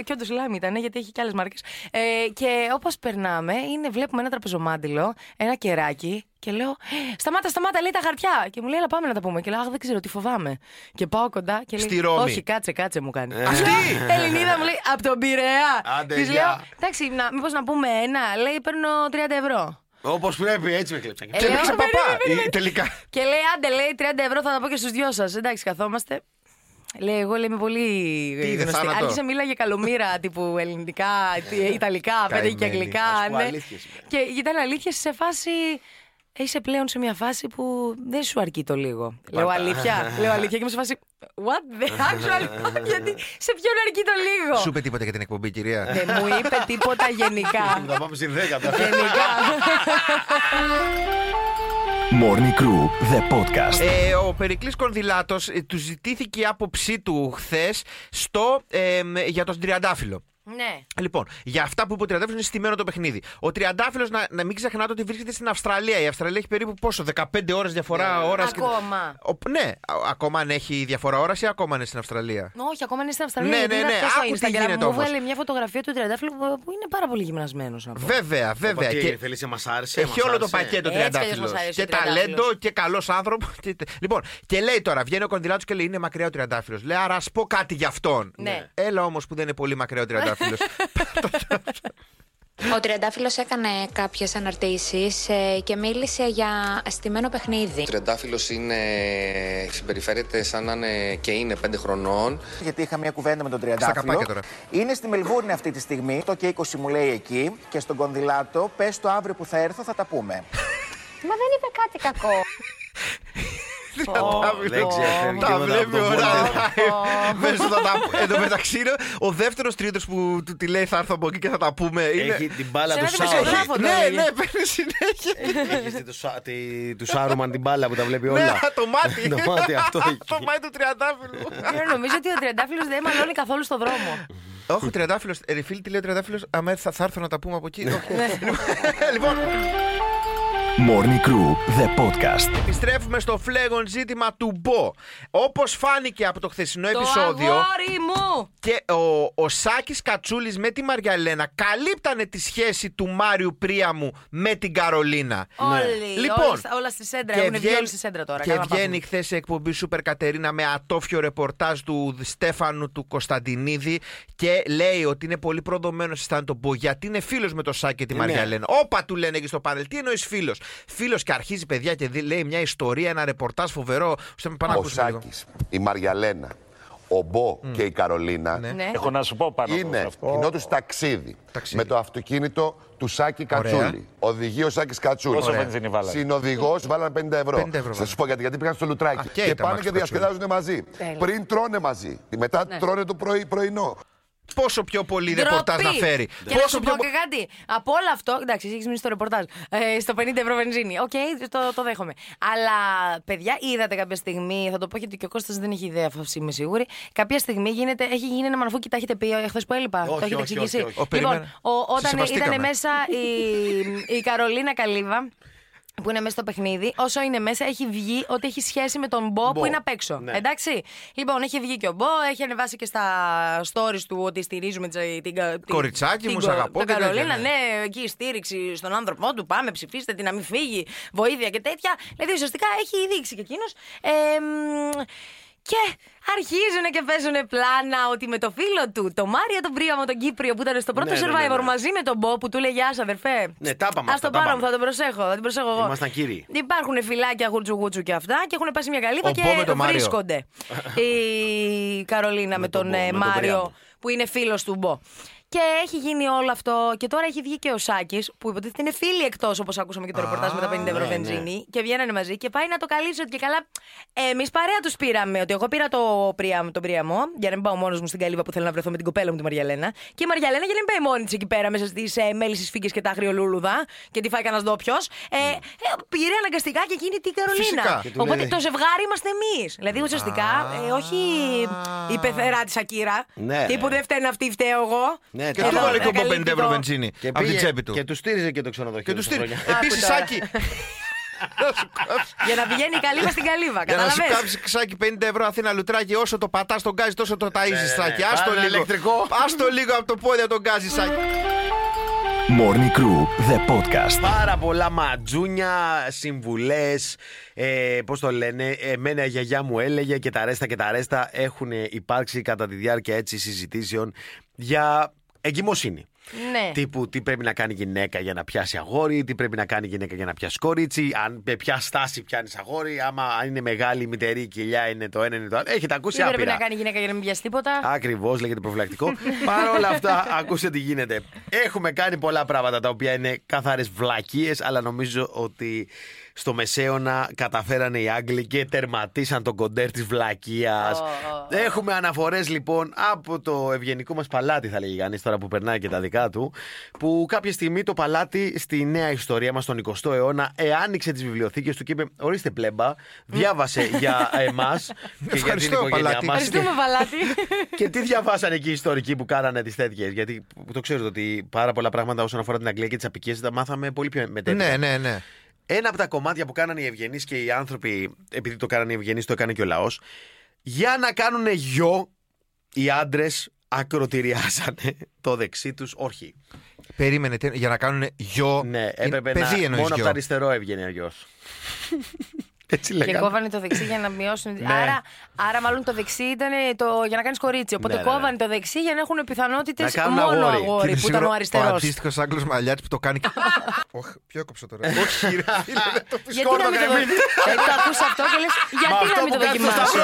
Speaker 5: και όντω Lime ήταν, γιατί έχει και άλλες μάρκες. Ε, και όπως περνάμε, είναι, βλέπουμε ένα τραπεζομάντιλο, ένα κεράκι. Και λέω, «Ε, σταμάτα, σταμάτα, λέει τα χαρτιά. Και μου λέει, αλλά πάμε να τα πούμε. Και λέω, Αχ, δεν ξέρω τι φοβάμαι. Και πάω κοντά και λέει,
Speaker 3: Στη Ρώμη.
Speaker 5: Όχι, κάτσε, κάτσε μου κάνει. Αυτή! Ελληνίδα μου λέει, από τον Πειραιά.
Speaker 4: Άντε,
Speaker 5: Της
Speaker 4: γεια.
Speaker 5: λέω, Εντάξει, να, μήπως να πούμε ένα. Λέει, παίρνω 30 ευρώ.
Speaker 4: Όπως πρέπει, έτσι με κλέψαν.
Speaker 5: Ε,
Speaker 3: Και
Speaker 5: λέω,
Speaker 3: πήγε σε
Speaker 5: «Περίμενε,
Speaker 3: παπά.
Speaker 5: περίμενε».
Speaker 3: Ε, Τελικά.
Speaker 5: Και λέει, άντε, λέει 30 ευρώ θα τα πω και στους δυο σας. Εντάξει, καθόμαστε. Λέει, εγώ λέει, είμαι πολύ
Speaker 3: είδε,
Speaker 5: γνωστή.
Speaker 3: θάνατο?
Speaker 5: Άρχισε μίλαγε καλομήρα τύπου ελληνικά, τι- ε, ιταλικά, πέντε και
Speaker 4: Καημένη.
Speaker 5: αγγλικά.
Speaker 4: Να σου πω
Speaker 5: ναι.
Speaker 4: αλήθειες, μωρέ.
Speaker 5: Και ήταν αλήθεια σε φάση. Είσαι πλέον σε μια φάση που δεν σου αρκεί το λίγο. Λέω αλήθεια. Λέω αλήθεια και είμαι σε φάση. What the actual fuck, γιατί σε ποιον αρκεί το λίγο.
Speaker 3: Σου είπε τίποτα για την εκπομπή,
Speaker 4: Ναι,
Speaker 3: κυρία.
Speaker 5: Δεν μου είπε τίποτα γενικά.
Speaker 4: Θα πάμε στην 10.
Speaker 3: Ε,
Speaker 1: Morning Crew, the podcast.
Speaker 3: Ε, ο Περικλής Κονδυλάτος ε, του ζητήθηκε η άποψή του χθες στο, ε, μ, για τον τριαντάφυλλο.
Speaker 5: Ναι.
Speaker 3: Λοιπόν, για αυτά που είπε ο Τριαντάφυλλος είναι στημένο το παιχνίδι. Ο Τριαντάφυλλος, να, να μην ξεχνάτε ότι βρίσκεται στην Αυστραλία. Η Αυστραλία έχει περίπου πόσο, 15 ώρες διαφορά ώρα.
Speaker 5: Ακόμα.
Speaker 3: ναι, α- ακόμα αν έχει διαφορά ώρας ή ακόμα αν είναι στην Αυστραλία.
Speaker 5: Όχι, ακόμα είναι στην Αυστραλία.
Speaker 3: Ναι,
Speaker 5: γιατί
Speaker 3: ναι,
Speaker 5: είδα
Speaker 3: ναι,
Speaker 5: χθες στο
Speaker 3: άκου τι
Speaker 5: Instagram,
Speaker 3: γίνεται
Speaker 5: Μου
Speaker 3: όμως.
Speaker 5: έβαλε μια φωτογραφία του Τριαντάφυλλου που που είναι πάρα πολύ γυμνασμένος.
Speaker 3: Βέβαια, βέβαια.
Speaker 4: Και...
Speaker 3: Και
Speaker 4: Θέλησε, μας άρεσε.
Speaker 3: έχει
Speaker 4: μας
Speaker 3: όλο το
Speaker 4: άρεσε.
Speaker 3: πακέτο
Speaker 5: Έτσι κι αλλιώς
Speaker 3: Τριαντάφυλλο.
Speaker 5: μας αρέσει ο
Speaker 3: Και
Speaker 5: Τριαντάφυλλος.
Speaker 3: ταλέντο και καλός άνθρωπο. *laughs* και τε- Λοιπόν, και λέει τώρα, βγαίνει ο κονδυλάτος και λέει Είναι μακριά ο Τριαντάφυλλος. Λέει, άρα α πω κάτι γι' αυτόν.
Speaker 5: Ναι.
Speaker 3: Έλα όμως που δεν είναι πολύ μακριά ο
Speaker 4: *laughs*
Speaker 3: Τριαντάφυλλος.
Speaker 10: *laughs*
Speaker 11: Ο Τριαντάφυλλος έκανε κάποιες αναρτήσεις ε, και μίλησε για στημένο παιχνίδι.
Speaker 12: Τριαντάφυλλος είναι, συμπεριφέρεται σαν να είναι και είναι πέντε χρονών.
Speaker 10: γιατί είχα μια κουβέντα με τον Τριαντάφυλλο.
Speaker 3: καπάκια τώρα.
Speaker 10: Είναι στη Μελβούρνη αυτή τη στιγμή. Το και 20 μου λέει
Speaker 3: *laughs*
Speaker 10: εκεί και στον Κονδυλάτο. Πες το αύριο που θα έρθω, θα τα πούμε.
Speaker 11: Μα δεν είπε κάτι κακό.
Speaker 4: Δεν ξέρω. φεύγει
Speaker 3: Τα
Speaker 4: τίποτα από
Speaker 3: βλέπει
Speaker 4: το
Speaker 3: ο
Speaker 4: μοντέλο.
Speaker 3: Ράι. Μέσα θα τα πούμε. Εν τω μεταξύ, είναι ο δεύτερος τρίτο που του τη λέει θα έρθω από εκεί και θα τα πούμε. Είναι-
Speaker 4: Έχει την μπάλα
Speaker 5: Σε
Speaker 4: του
Speaker 5: ένα
Speaker 4: Σάουρ.
Speaker 5: δημοσιογράφο.
Speaker 3: Ναι,
Speaker 5: τώρα,
Speaker 3: ναι, παίρνει συνέχεια.
Speaker 4: Έχεις δει το Σα- τη- του Σάρουμαν την μπάλα που τα βλέπει
Speaker 3: Ναι,
Speaker 4: όλα.
Speaker 3: το μάτι.
Speaker 4: *laughs* Το μάτι αυτό έχει.
Speaker 3: *laughs* Το μάτι του τριαντάφυλλου.
Speaker 5: Κύριε, νομίζω ότι ο Τριαντάφυλλος δεν μαλώνει καθόλου στον δρόμο.
Speaker 3: Όχι, ο τριαντάφυλλος. ε, Ρε φίλε, τι λέει ο τριαντάφυλλος. Αμέ θα, θα έρθω να τα πούμε από
Speaker 5: Ναι.
Speaker 3: εκεί. Όχι. *laughs* λοιπόν,
Speaker 1: Morning Crew, the podcast.
Speaker 3: επιστρέφουμε στο φλέγον ζήτημα του Μπο. Όπως φάνηκε από το χθεσινό
Speaker 5: Το
Speaker 3: επεισόδιο.
Speaker 5: αγόρι μου!
Speaker 3: Και ο, ο Σάκης Κατσούλης με τη Μαριαλένα καλύπτανε τη σχέση του Μάριου Πρίαμου με την Καρολίνα.
Speaker 5: Όλοι,
Speaker 3: Λοιπόν,
Speaker 5: όλοι στα- όλα στη σέντρα. Έχουν βγει όλοι στη σέντρα τώρα.
Speaker 3: και
Speaker 5: Καλά να
Speaker 3: βγαίνει χθες η εκπομπή Σούπερ Κατερίνα με ατόφιο ρεπορτάζ του Στέφανου του Κωνσταντινίδη και λέει ότι είναι πολύ προδομένος αισθάνεται τον Μπο γιατί είναι φίλος με το Σάκη και τη Μαριά Λένα. Όπα του λένε και στο πάνελ, τι εννοείς φίλος. Φίλος και αρχίζει παιδιά και δι- λέει μια ιστορία, ένα ρεπορτάζ φοβερό. Στο με πάνω
Speaker 12: Ο Σάκης, η Μαριαλένα, ο Μπό και η Καρολίνα
Speaker 5: πάμε. Ναι.
Speaker 7: Έχω να σου πω πάνω
Speaker 12: είναι κοινό τους ταξίδι,
Speaker 3: Ταξίδι.
Speaker 12: με το αυτοκίνητο του Σάκη
Speaker 3: Ωραία.
Speaker 12: Κατσούλη. Οδηγεί ο Σάκης Κατσούλη.
Speaker 7: Πόσο Ωραία. βενζίνη βάλανε?
Speaker 12: Συνοδηγός βάλανε 50 ευρώ.
Speaker 3: 50 ευρώ
Speaker 12: Θα σου πω γιατί, γιατί πήγαν στο λουτράκι.
Speaker 3: Α, και
Speaker 12: και
Speaker 3: ήταν
Speaker 12: πάνε
Speaker 3: Μάξ
Speaker 12: και διασκεδάζουν μαζί. Πριν τρώνε μαζί. Μετά
Speaker 5: Ναι.
Speaker 12: τρώνε το πρωί, πρωινό.
Speaker 3: Πόσο πιο πολύ ρεπορτάζ να
Speaker 5: Ντροπή.
Speaker 3: φέρει.
Speaker 5: Και να
Speaker 3: Πόσο
Speaker 5: σου πω
Speaker 3: πιο.
Speaker 5: και κάτι. Από όλο αυτό. Εντάξει, εσύ έχεις μείνει στο ρεπορτάζ. Ε, στο 50 ευρώ βενζίνη. Οκ, το, το δέχομαι. Αλλά, παιδιά, είδατε κάποια στιγμή. Θα το πω γιατί και ο Κώστας δεν έχει ιδέα, αυτό είμαι σίγουρη. Κάποια στιγμή γίνεται, έχει γίνει ένα μαναφού και τα έχετε πει εχθέ που έλειπα.
Speaker 4: Όχι,
Speaker 5: το έχετε
Speaker 4: όχι,
Speaker 5: εξηγήσει.
Speaker 4: όχι, όχι.
Speaker 3: Ο, περίμενε.
Speaker 5: Λοιπόν, ο- όταν
Speaker 3: Συσεβαστήκαμε.
Speaker 5: ήταν μέσα η, η Καρολίνα Καλύβα που είναι μέσα στο παιχνίδι, όσο είναι μέσα, έχει βγει ότι έχει σχέση με τον Μπο, που είναι απ' έξω.
Speaker 4: Ναι.
Speaker 5: Εντάξει. Λοιπόν, έχει βγει και ο Μπο, έχει ανεβάσει και στα stories του ότι στηρίζουμε τσι- την. κα- την-
Speaker 3: Κοριτσάκι μου,
Speaker 5: την
Speaker 3: σ'
Speaker 5: κο-
Speaker 3: αγαπώ
Speaker 5: Τον
Speaker 3: και τέτοια,
Speaker 5: Καρολίνα,
Speaker 3: ναι.
Speaker 5: ναι, εκεί η στήριξη στον άνθρωπό του. Πάμε, ψηφίστε την, να μην φύγει. Βοήθεια και τέτοια. Δηλαδή, ουσιαστικά έχει δείξει και εκείνος. και αρχίζουν και παίζουν πλάνα ότι με το φίλο του, το Μάρια τον Πρίαμο, τον Κύπριο που ήταν στο πρώτο
Speaker 4: Ναι, ναι, ναι,
Speaker 5: survivor
Speaker 4: ναι.
Speaker 5: μαζί με τον Μπο που του λέει Γεια σας, αδερφέ.
Speaker 4: Ναι, τα είπαμε
Speaker 5: Ας
Speaker 4: αυτά,
Speaker 5: το
Speaker 4: τα
Speaker 5: πάρω μου,
Speaker 4: είπαμε.
Speaker 5: θα τον προσέχω. Θα την προσέχω εγώ.
Speaker 4: Ήμασταν κύριοι.
Speaker 5: Υπάρχουν φυλάκια γουτσουγούτσου και αυτά και έχουν πέσει μια καλύβα
Speaker 3: Ο
Speaker 5: και
Speaker 3: Μπο με τον Μάριο.
Speaker 5: βρίσκονται. Η Καρολίνα με τον
Speaker 4: τον Μπο,
Speaker 5: ε,
Speaker 4: με τον
Speaker 5: Μάριο
Speaker 4: Πριάμο.
Speaker 5: που είναι φίλος του Μπο. Και έχει γίνει όλο αυτό. Και τώρα έχει βγει και ο Σάκης, που υποτίθεται είναι φίλοι εκτός, όπως ακούσαμε και το ρεπορτάζ με τα
Speaker 4: ναι,
Speaker 5: 50 ευρώ βενζίνη. Και βγαίνανε μαζί και πάει να το καλύψει ότι και καλά. Εμείς παρέα τους πήραμε. Ότι εγώ πήρα το πρίαμ, τον Πρίαμο, για να μην πάω μόνος μου στην καλύβα που θέλω να βρεθώ με την κοπέλα μου, τη Μαριαλένα. Και η Μαριαλένα για να μην πάει μόνη της εκεί πέρα μέσα στις ε, μέλισσε φίγκε και τα αγριολούλουδα. Και τη φάει κανένας ντόπιος. Ε, ε, πήρε αναγκαστικά και εκείνη την Καρολίνα.
Speaker 3: Φυσικά. Και
Speaker 4: Ναι. του
Speaker 5: Οπότε
Speaker 4: λέει-
Speaker 5: το ζευγάρι είμαστε εμείς. Δηλαδή ουσιαστικά, ε, όχι η πεθερά της Ακύρα.
Speaker 4: Ναι.
Speaker 5: Τύπου δεν φταίνε αυτή, φταίω εγώ.
Speaker 4: Ναι,
Speaker 3: Και
Speaker 4: τα
Speaker 3: του
Speaker 4: είπαμε.
Speaker 3: βάλε
Speaker 5: Ε,
Speaker 3: και ο Μπο 50 ευρώ
Speaker 5: καλύπτει το-
Speaker 3: βενζίνη από την
Speaker 4: πήγε-
Speaker 3: τσέπη του.
Speaker 4: Και του στήριζε και το ξενοδοχείο.
Speaker 3: Και του
Speaker 4: στα
Speaker 3: στείλει.
Speaker 4: χρόνια.
Speaker 3: Επίση,
Speaker 5: τώρα.
Speaker 3: Σάκη. Να σου
Speaker 5: *laughs*
Speaker 3: κάψει.
Speaker 5: Για να πηγαίνει η καλύβα στην
Speaker 3: *laughs*
Speaker 5: καλύβα.
Speaker 3: Για να σου
Speaker 5: Καταλαβαίνεις.
Speaker 3: κάψει ξάκι 50 ευρώ Αθήνα λουτράκι, όσο το πατάς τον γκάζι, τόσο το ταΐζεις Σάκη.
Speaker 4: ναι.
Speaker 3: Άστο
Speaker 4: Πάρε ένα
Speaker 3: λίγο.
Speaker 4: ηλεκτρικό.
Speaker 3: Άστο λίγο από το πόδι από τον γκάζι, Σάκη.
Speaker 1: Morning Crew, the podcast.
Speaker 4: Πάρα πολλά ματζούνια, συμβουλές. Ε, Πώς το λένε, εμένα η γιαγιά μου έλεγε και τα ρέστα και τα ρέστα έχουν υπάρξει κατά τη διάρκεια έτσι συζητήσεων για εγκυμοσύνη.
Speaker 5: Ναι.
Speaker 4: Τύπου τι πρέπει να κάνει γυναίκα για να πιάσει αγόρι, τι πρέπει να κάνει γυναίκα για να πιάσει κόριτσι, αν, με ποια στάση πιάνεις αγόρι, άμα αν είναι μεγάλη η μητερή κοιλιά είναι το ένα είναι το άλλο. Έχετε ακούσει
Speaker 5: Τι πρέπει
Speaker 4: άπειρα.
Speaker 5: να κάνει η γυναίκα για να μην πιάσει τίποτα.
Speaker 4: Ακριβώς, λέγεται προφυλακτικό. Παρ' όλα αυτά, ακούστε τι γίνεται. Έχουμε κάνει πολλά πράγματα τα οποία είναι καθαρές βλακίες, αλλά νομίζω ότι στο μεσαίωνα καταφέρανε οι Άγγλοι και τερματίσαν τον κοντέρ της βλακείας. Έχουμε αναφορές λοιπόν από το ευγενικό μας παλάτι, θα λέγει κανεί τώρα που περνάει και τα δικά του, που κάποια στιγμή το παλάτι στη νέα ιστορία μας, τον 20ο αιώνα, ε, άνοιξε τις βιβλιοθήκες του και είπε: Ορίστε πλέμπα, διάβασε για εμάς και για την
Speaker 3: Ευχαριστώ,
Speaker 4: οικογένειά ναι.
Speaker 3: Παλάτι.
Speaker 4: μας.
Speaker 5: Ευχαριστούμε, Βαλάτη.
Speaker 13: *laughs*
Speaker 4: Και τι διαβάσανε εκεί οι ιστορικοί που κάνανε τις τέτοιες. Γιατί το ξέρετε ότι πάρα πολλά πράγματα όσον αφορά την Αγγλία και τις απικίες τα μάθαμε πολύ πιο μετέπειτα.
Speaker 3: Ναι, ναι, ναι.
Speaker 4: Ένα από τα κομμάτια που κάνανε οι ευγενείς και οι άνθρωποι, επειδή το κάνανε οι ευγενείς, το έκανε και ο λαός. Για να κάνουν γιο, οι άντρες ακροτηριάσανε *laughs* το δεξί τους όρχι.
Speaker 3: Περίμενε τι- για να κάνουν γιο.
Speaker 4: Ναι, έπρεπε
Speaker 3: παιδί
Speaker 4: να.
Speaker 3: εννοείς
Speaker 4: Μόνο από
Speaker 3: γιο.
Speaker 4: το αριστερό έβγαινε ο γιος.
Speaker 3: *laughs*
Speaker 4: Έτσι
Speaker 5: Και
Speaker 4: λέγανε.
Speaker 5: κόβανε το δεξί για να μειώσουν. άρα, άρα, μάλλον το δεξί ήταν το, για να κάνεις κορίτσι. Οπότε
Speaker 4: Ναι, ναι, ναι.
Speaker 5: κόβανε το δεξί για να έχουν πιθανότητες
Speaker 4: Να κάνουν
Speaker 5: μόνο
Speaker 4: αγόρι.
Speaker 5: αγόρι,
Speaker 3: Και είναι
Speaker 5: που ήταν
Speaker 3: σίγουρο
Speaker 5: ο αριστερό.
Speaker 3: αντίστοιχος Άγγλος μαλλιάτη που το
Speaker 5: *laughs*
Speaker 3: κάνει. και- Οχ, ποιο έκοψε τώρα. Όχι,
Speaker 4: *laughs*
Speaker 3: ρε φίλε, δεν το
Speaker 5: Γιατί να μην
Speaker 4: Σκόρδο,
Speaker 5: το δοκιμάσεις.
Speaker 4: *laughs*
Speaker 5: Ε, το ακούς αυτό και λες, γιατί να μην το δοκιμάσω.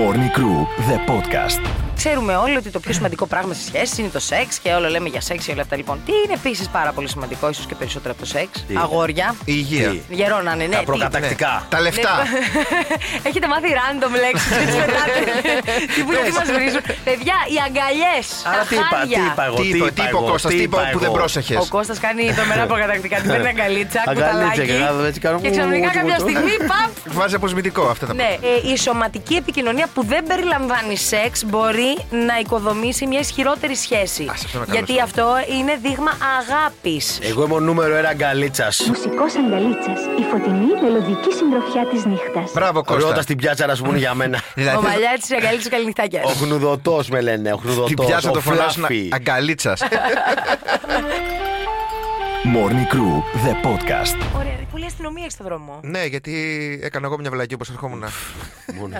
Speaker 1: Morning Crew, the podcast.
Speaker 5: Ξέρουμε όλοι ότι το πιο σημαντικό πράγμα σε σχέση είναι το σεξ και όλο λέμε για σεξ και όλα αυτά λοιπόν. Τι είναι επίσης πάρα πολύ σημαντικό, ίσως και περισσότερο από το σεξ.
Speaker 4: είναι?
Speaker 5: Αγόρια.
Speaker 3: Η υγεία.
Speaker 5: Γερόνανε, ναι.
Speaker 4: Τα
Speaker 5: τι-
Speaker 4: προκατακτικά.
Speaker 3: Τα λεφτά.
Speaker 5: Ναι, Έχετε μάθει random λέξεις. Έτσι
Speaker 4: Ναι.
Speaker 5: πετάτε. Τι που γιατί μα βρίζουν. Παιδιά, οι αγκαλιές.
Speaker 4: Άρα τι είπα, τι είπα εγώ,
Speaker 3: Τι είπε, τι είπε ο
Speaker 4: εγώ,
Speaker 3: Κώστας, τι είπα που δεν
Speaker 4: εγώ.
Speaker 3: πρόσεχες.
Speaker 5: Ο Κώστας κάνει τρομερά προκατακτικά. Την παίρνει αγκαλίτσα,
Speaker 4: Αγκαλίτσα,
Speaker 5: κουταλάκι.
Speaker 4: και κάνω έτσι, κάνω
Speaker 5: Και ξαφνικά
Speaker 4: μουτζου,
Speaker 5: κάποια
Speaker 4: μουτζου.
Speaker 5: στιγμή, παπ,
Speaker 3: Βάζει αποσμητικό αυτά τα
Speaker 5: ναι, ε, η σωματική επικοινωνία που δεν περιλαμβάνει σεξ μπορεί να οικοδομήσει μια ισχυρότερη σχέση.
Speaker 3: Ας, αυτό είναι καλό
Speaker 5: Γιατί
Speaker 3: σχόλιο.
Speaker 5: αυτό είναι δείγμα αγάπης.
Speaker 4: Εγώ είμαι ο νούμερο ένα αγκαλίτσας.
Speaker 13: Μουσικός αγκαλίτσας, η φωτεινή μελωδική συντροφιά της νύχτας.
Speaker 3: Μπράβο,
Speaker 4: Ρώτα
Speaker 3: Κώστα.
Speaker 4: στην πιάτσα να σου πούνε για
Speaker 3: *laughs*
Speaker 4: μένα.
Speaker 5: Ο
Speaker 3: Δηλαδή,
Speaker 5: μαλλιάς της αγκαλίτσας και καληνυχτάκια.
Speaker 4: Ο χνουδωτό με λένε. Ο χνουδωτό.
Speaker 3: την πιάτσα το φωνάζουν αγκαλίτσας.
Speaker 1: Morning Crew, the podcast.
Speaker 5: Ωραία, ρε, πολλή αστυνομία έχεις στον δρόμο.
Speaker 3: Ναι, γιατί έκανα εγώ μια βλακή όπως ερχόμουν.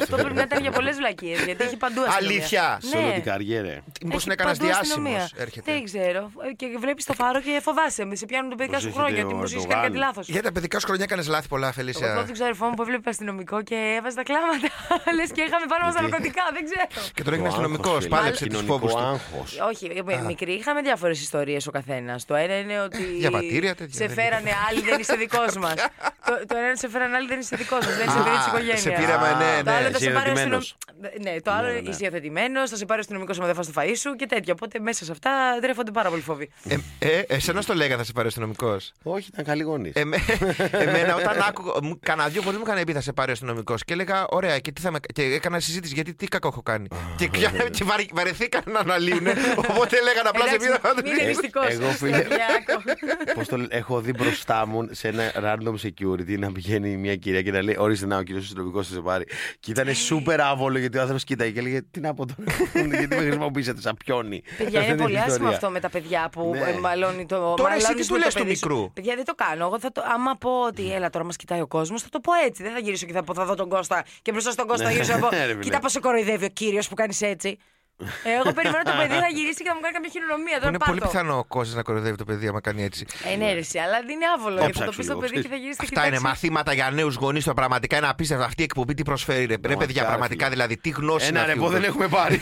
Speaker 5: Αυτό πρέπει να ήταν για πολλές βλακίες, γιατί έχει παντού αστυνομία. Ναι,
Speaker 3: Αλήθεια.
Speaker 4: Σε όλη την καριέρα.
Speaker 3: Μήπως
Speaker 5: Έχει
Speaker 3: είναι κανένας
Speaker 5: παντού
Speaker 3: διάσημος.
Speaker 5: αστυνομία.
Speaker 3: Έρχεται.
Speaker 5: Δεν ξέρω. Ε, Και βλέπεις το φάρο και φοβάσαι. Με σε πιάνουν τα παιδικά σου
Speaker 4: Προσέχετε
Speaker 5: χρόνια.
Speaker 4: ο
Speaker 5: Γιατί μου έχεις κάνει
Speaker 4: Ερντογάν.
Speaker 5: κάτι λάθος.
Speaker 3: Για τα παιδικά σου χρόνια έκανες λάθη πολλά,
Speaker 5: Εγώ θυμάμαι
Speaker 3: Φελίσια.
Speaker 5: τον ξαδερφό μου που έβλεπε αστυνομικό και έβαζε τα κλάματα. *laughs* Λες και είχαμε πάνω μας τα
Speaker 4: Γιατί?
Speaker 5: ναρκωτικά. Δεν ξέρω.
Speaker 3: Και τον έγινε
Speaker 4: Ο
Speaker 3: αστυνομικό.
Speaker 4: άγχος, φίλε.
Speaker 3: Πάλεψε τους
Speaker 4: Κοινωνικό
Speaker 3: φόβους του.
Speaker 4: άγχος.
Speaker 5: Όχι, ε, μικροί είχαμε διάφορες ιστορίες ο καθένας. Το ένα είναι ότι.
Speaker 3: Διαβατήρια, τέτοια,
Speaker 5: Σε
Speaker 3: δεν
Speaker 5: φέρανε άλλοι, δεν είσαι δικός μας.
Speaker 3: *laughs*
Speaker 5: το, το ένα σε φέρανε άλλοι, δεν είσαι δικός μας. Δεν είσαι παιδί τη οικογένεια.
Speaker 3: σε πήραμε, ναι, ναι,
Speaker 5: Το άλλο θα
Speaker 4: εσύ
Speaker 5: σε πάρει ο αστυνομ...
Speaker 4: ερωτημένος.
Speaker 5: Ναι, το άλλο
Speaker 4: Ναι, ναι.
Speaker 5: είσαι διαθετημένο, θα σε πάρει ο αστυνομικός άμα δεν φας το φαΐ σου και τέτοια. Οπότε μέσα σε αυτά τρέφονται πάρα πολύ φόβοι.
Speaker 3: Ε, ε, εσένα στο λέγα θα σε πάρει αστυνομικός.
Speaker 4: Όχι, ήταν καλή γονή. *laughs*
Speaker 3: Εμέ, εμένα, όταν άκουγα. μου- Κανένα δύο φορέ μου έκανε πει θα σε πάρει ο αστυνομικός. Και έλεγα, ωραία, και, τι θα με, και έκανα συζήτηση γιατί τι κακό έχω κάνει. και πια,
Speaker 4: *laughs*
Speaker 3: και βαρε- βαρεθήκαν να αναλύουν. *laughs* οπότε έλεγαν απλά σε ναι. Ε,
Speaker 5: Εντάξει,
Speaker 3: πήρα.
Speaker 5: μην είναι μυστικό.
Speaker 4: εγώ, φίλε-
Speaker 3: Ε,
Speaker 4: Πώς το λέ- έχω δει μπροστά μου σε ένα random security να πηγαίνει μια κυρία και να λέει: Ορίστε, να ο κύριος αστυνομικό θα σε πάρει. Και ήταν σούπερ άβολο γιατί ο άνθρωπος κοίταγε και έλεγε: Τι να πω τώρα, *laughs* γιατί με χρησιμοποιήσατε σαν πιόνι.
Speaker 5: Παιδιά,
Speaker 4: Αυτή
Speaker 5: είναι
Speaker 4: την
Speaker 5: πολύ άσχημο
Speaker 4: ιστορία.
Speaker 5: αυτό με τα παιδιά που
Speaker 4: Ναι.
Speaker 5: ε, μαλώνει το.
Speaker 3: Τώρα εσύ
Speaker 5: μαλώνεις
Speaker 3: τι του
Speaker 5: με το
Speaker 3: λες του
Speaker 5: παιδί σου.
Speaker 3: μικρού?
Speaker 5: Παιδιά, δεν το κάνω. Εγώ θα το, άμα πω
Speaker 4: Ναι.
Speaker 5: ότι έλα τώρα μας κοιτάει ο κόσμος, θα το πω έτσι. Δεν θα γυρίσω και θα πω θα δω τον Κώστα και μπροστά στον Κώστα
Speaker 4: Ναι.
Speaker 5: θα γυρίσω να πω.
Speaker 4: Ναι, ρε, φίλε.
Speaker 5: Κοίτα πώ σε κοροϊδεύει ο κύριος που κάνεις έτσι. Ε, Εγώ περιμένω το παιδί να γυρίσει και θα μου κάνει κάποια χειρονομία. Τώρα Ε,
Speaker 3: Είναι πολύ
Speaker 5: πάρ' το.
Speaker 3: πιθανό ο κόσμο να κοροϊδεύει το παιδί άμα κάνει έτσι.
Speaker 5: Ενέρεση, αλλά δεν είναι άβολο. Γιατί θα το
Speaker 4: ψάξω
Speaker 5: πει στο
Speaker 4: Ναι, λίγο,
Speaker 5: παιδί και
Speaker 4: ξέρεις.
Speaker 5: θα γυρίσει και
Speaker 3: Αυτά είναι
Speaker 5: κοιτάξει.
Speaker 3: μαθήματα για νέους γονείς. Το πραγματικά είναι απίστευτο. Αυτή η εκπομπή τι προσφέρει, ρε, ρε παιδιά,
Speaker 4: μακάρι,
Speaker 3: πραγματικά
Speaker 4: φίλε.
Speaker 3: δηλαδή. Τι γνώση
Speaker 4: Ένα
Speaker 3: είναι αυτή.
Speaker 4: ρεπό δεν έχουμε
Speaker 5: *laughs*
Speaker 4: πάρει.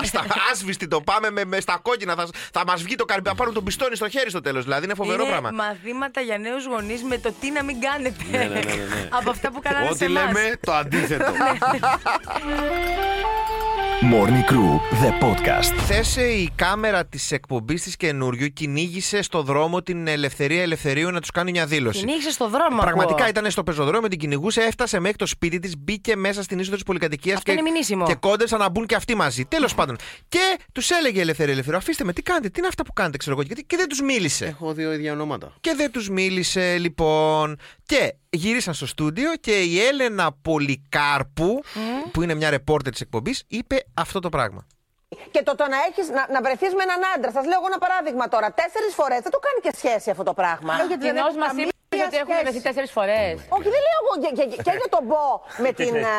Speaker 3: Ας τα- Άσβηστη το πάμε με, με στα κόκκινα. Θα, θα μας βγει το καρμπι. Θα πάρουν τον πιστόνι στο χέρι στο τέλος. Δηλαδή είναι φοβερό
Speaker 5: είναι
Speaker 3: πράγμα.
Speaker 5: μαθήματα για νέους γονείς με το τι να μην κάνετε.
Speaker 4: Ναι, ναι, ναι, ναι, ναι.
Speaker 5: *laughs* Από αυτά που κάνανε σε
Speaker 4: Ό,τι
Speaker 5: εμάς. Ναι.
Speaker 4: λέμε, το αντίθετο.
Speaker 1: Morning Crew, the podcast.
Speaker 3: Χθε η κάμερα της εκπομπής της καινούριου κυνήγησε στο δρόμο την ελευθερία ελευθερίου να τους κάνει μια δήλωση.
Speaker 5: Κυνήγησε στο δρόμο.
Speaker 3: Πραγματικά
Speaker 5: ακούω.
Speaker 3: ήταν στο πεζοδρόμιο, την κυνηγούσε, έφτασε μέχρι το σπίτι της, μπήκε μέσα στην είσοδο της πολυκατοικίας
Speaker 5: Αυτό
Speaker 3: και,
Speaker 5: είναι μηνύσιμο.
Speaker 3: και κόντεψαν να μπουν και αυτοί μαζί. Τέλος πάντων. Και τους έλεγε ελευθερία, ελευθερία, αφήστε με, τι κάνετε, τι είναι αυτά που κάνετε, ξέρω εγώ. Γιατί- Και δεν τους μίλησε.
Speaker 4: *laughs* Έχω δύο ίδια ονόματα.
Speaker 3: Και δεν τους μίλησε λοιπόν Και γυρίσαν στο στούντιο Και η Έλενα Πολυκάρπου Που είναι μια ρεπόρτερ της εκπομπής Είπε αυτό το πράγμα
Speaker 14: Και το, το να, έχεις, να, να βρεθείς με έναν άντρα, θα σας λέω εγώ ένα παράδειγμα τώρα. Τέσσερις φορές δεν το κάνει και σχέση αυτό το πράγμα. Λέω γιατί δεν
Speaker 9: Κοινώ
Speaker 14: έχει
Speaker 9: μα
Speaker 14: καμία
Speaker 9: είπε ότι έχουμε
Speaker 14: σχέση.
Speaker 9: βρεθεί τέσσερις φορές.
Speaker 14: Όχι, δεν λέω εγώ για- για- για- και για τον Μπο
Speaker 3: *laughs*
Speaker 14: με την ε,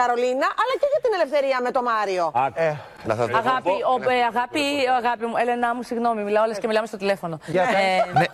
Speaker 14: Καρολίνα, αλλά και για την ελευθερία με τον Μάριο.
Speaker 9: Αγάπη, ο, ε, αγάπη, ο, αγάπη μου, Έλενα μου, συγγνώμη, μιλάω όλες και μιλάμε στο τηλέφωνο. Ε,
Speaker 3: ναι,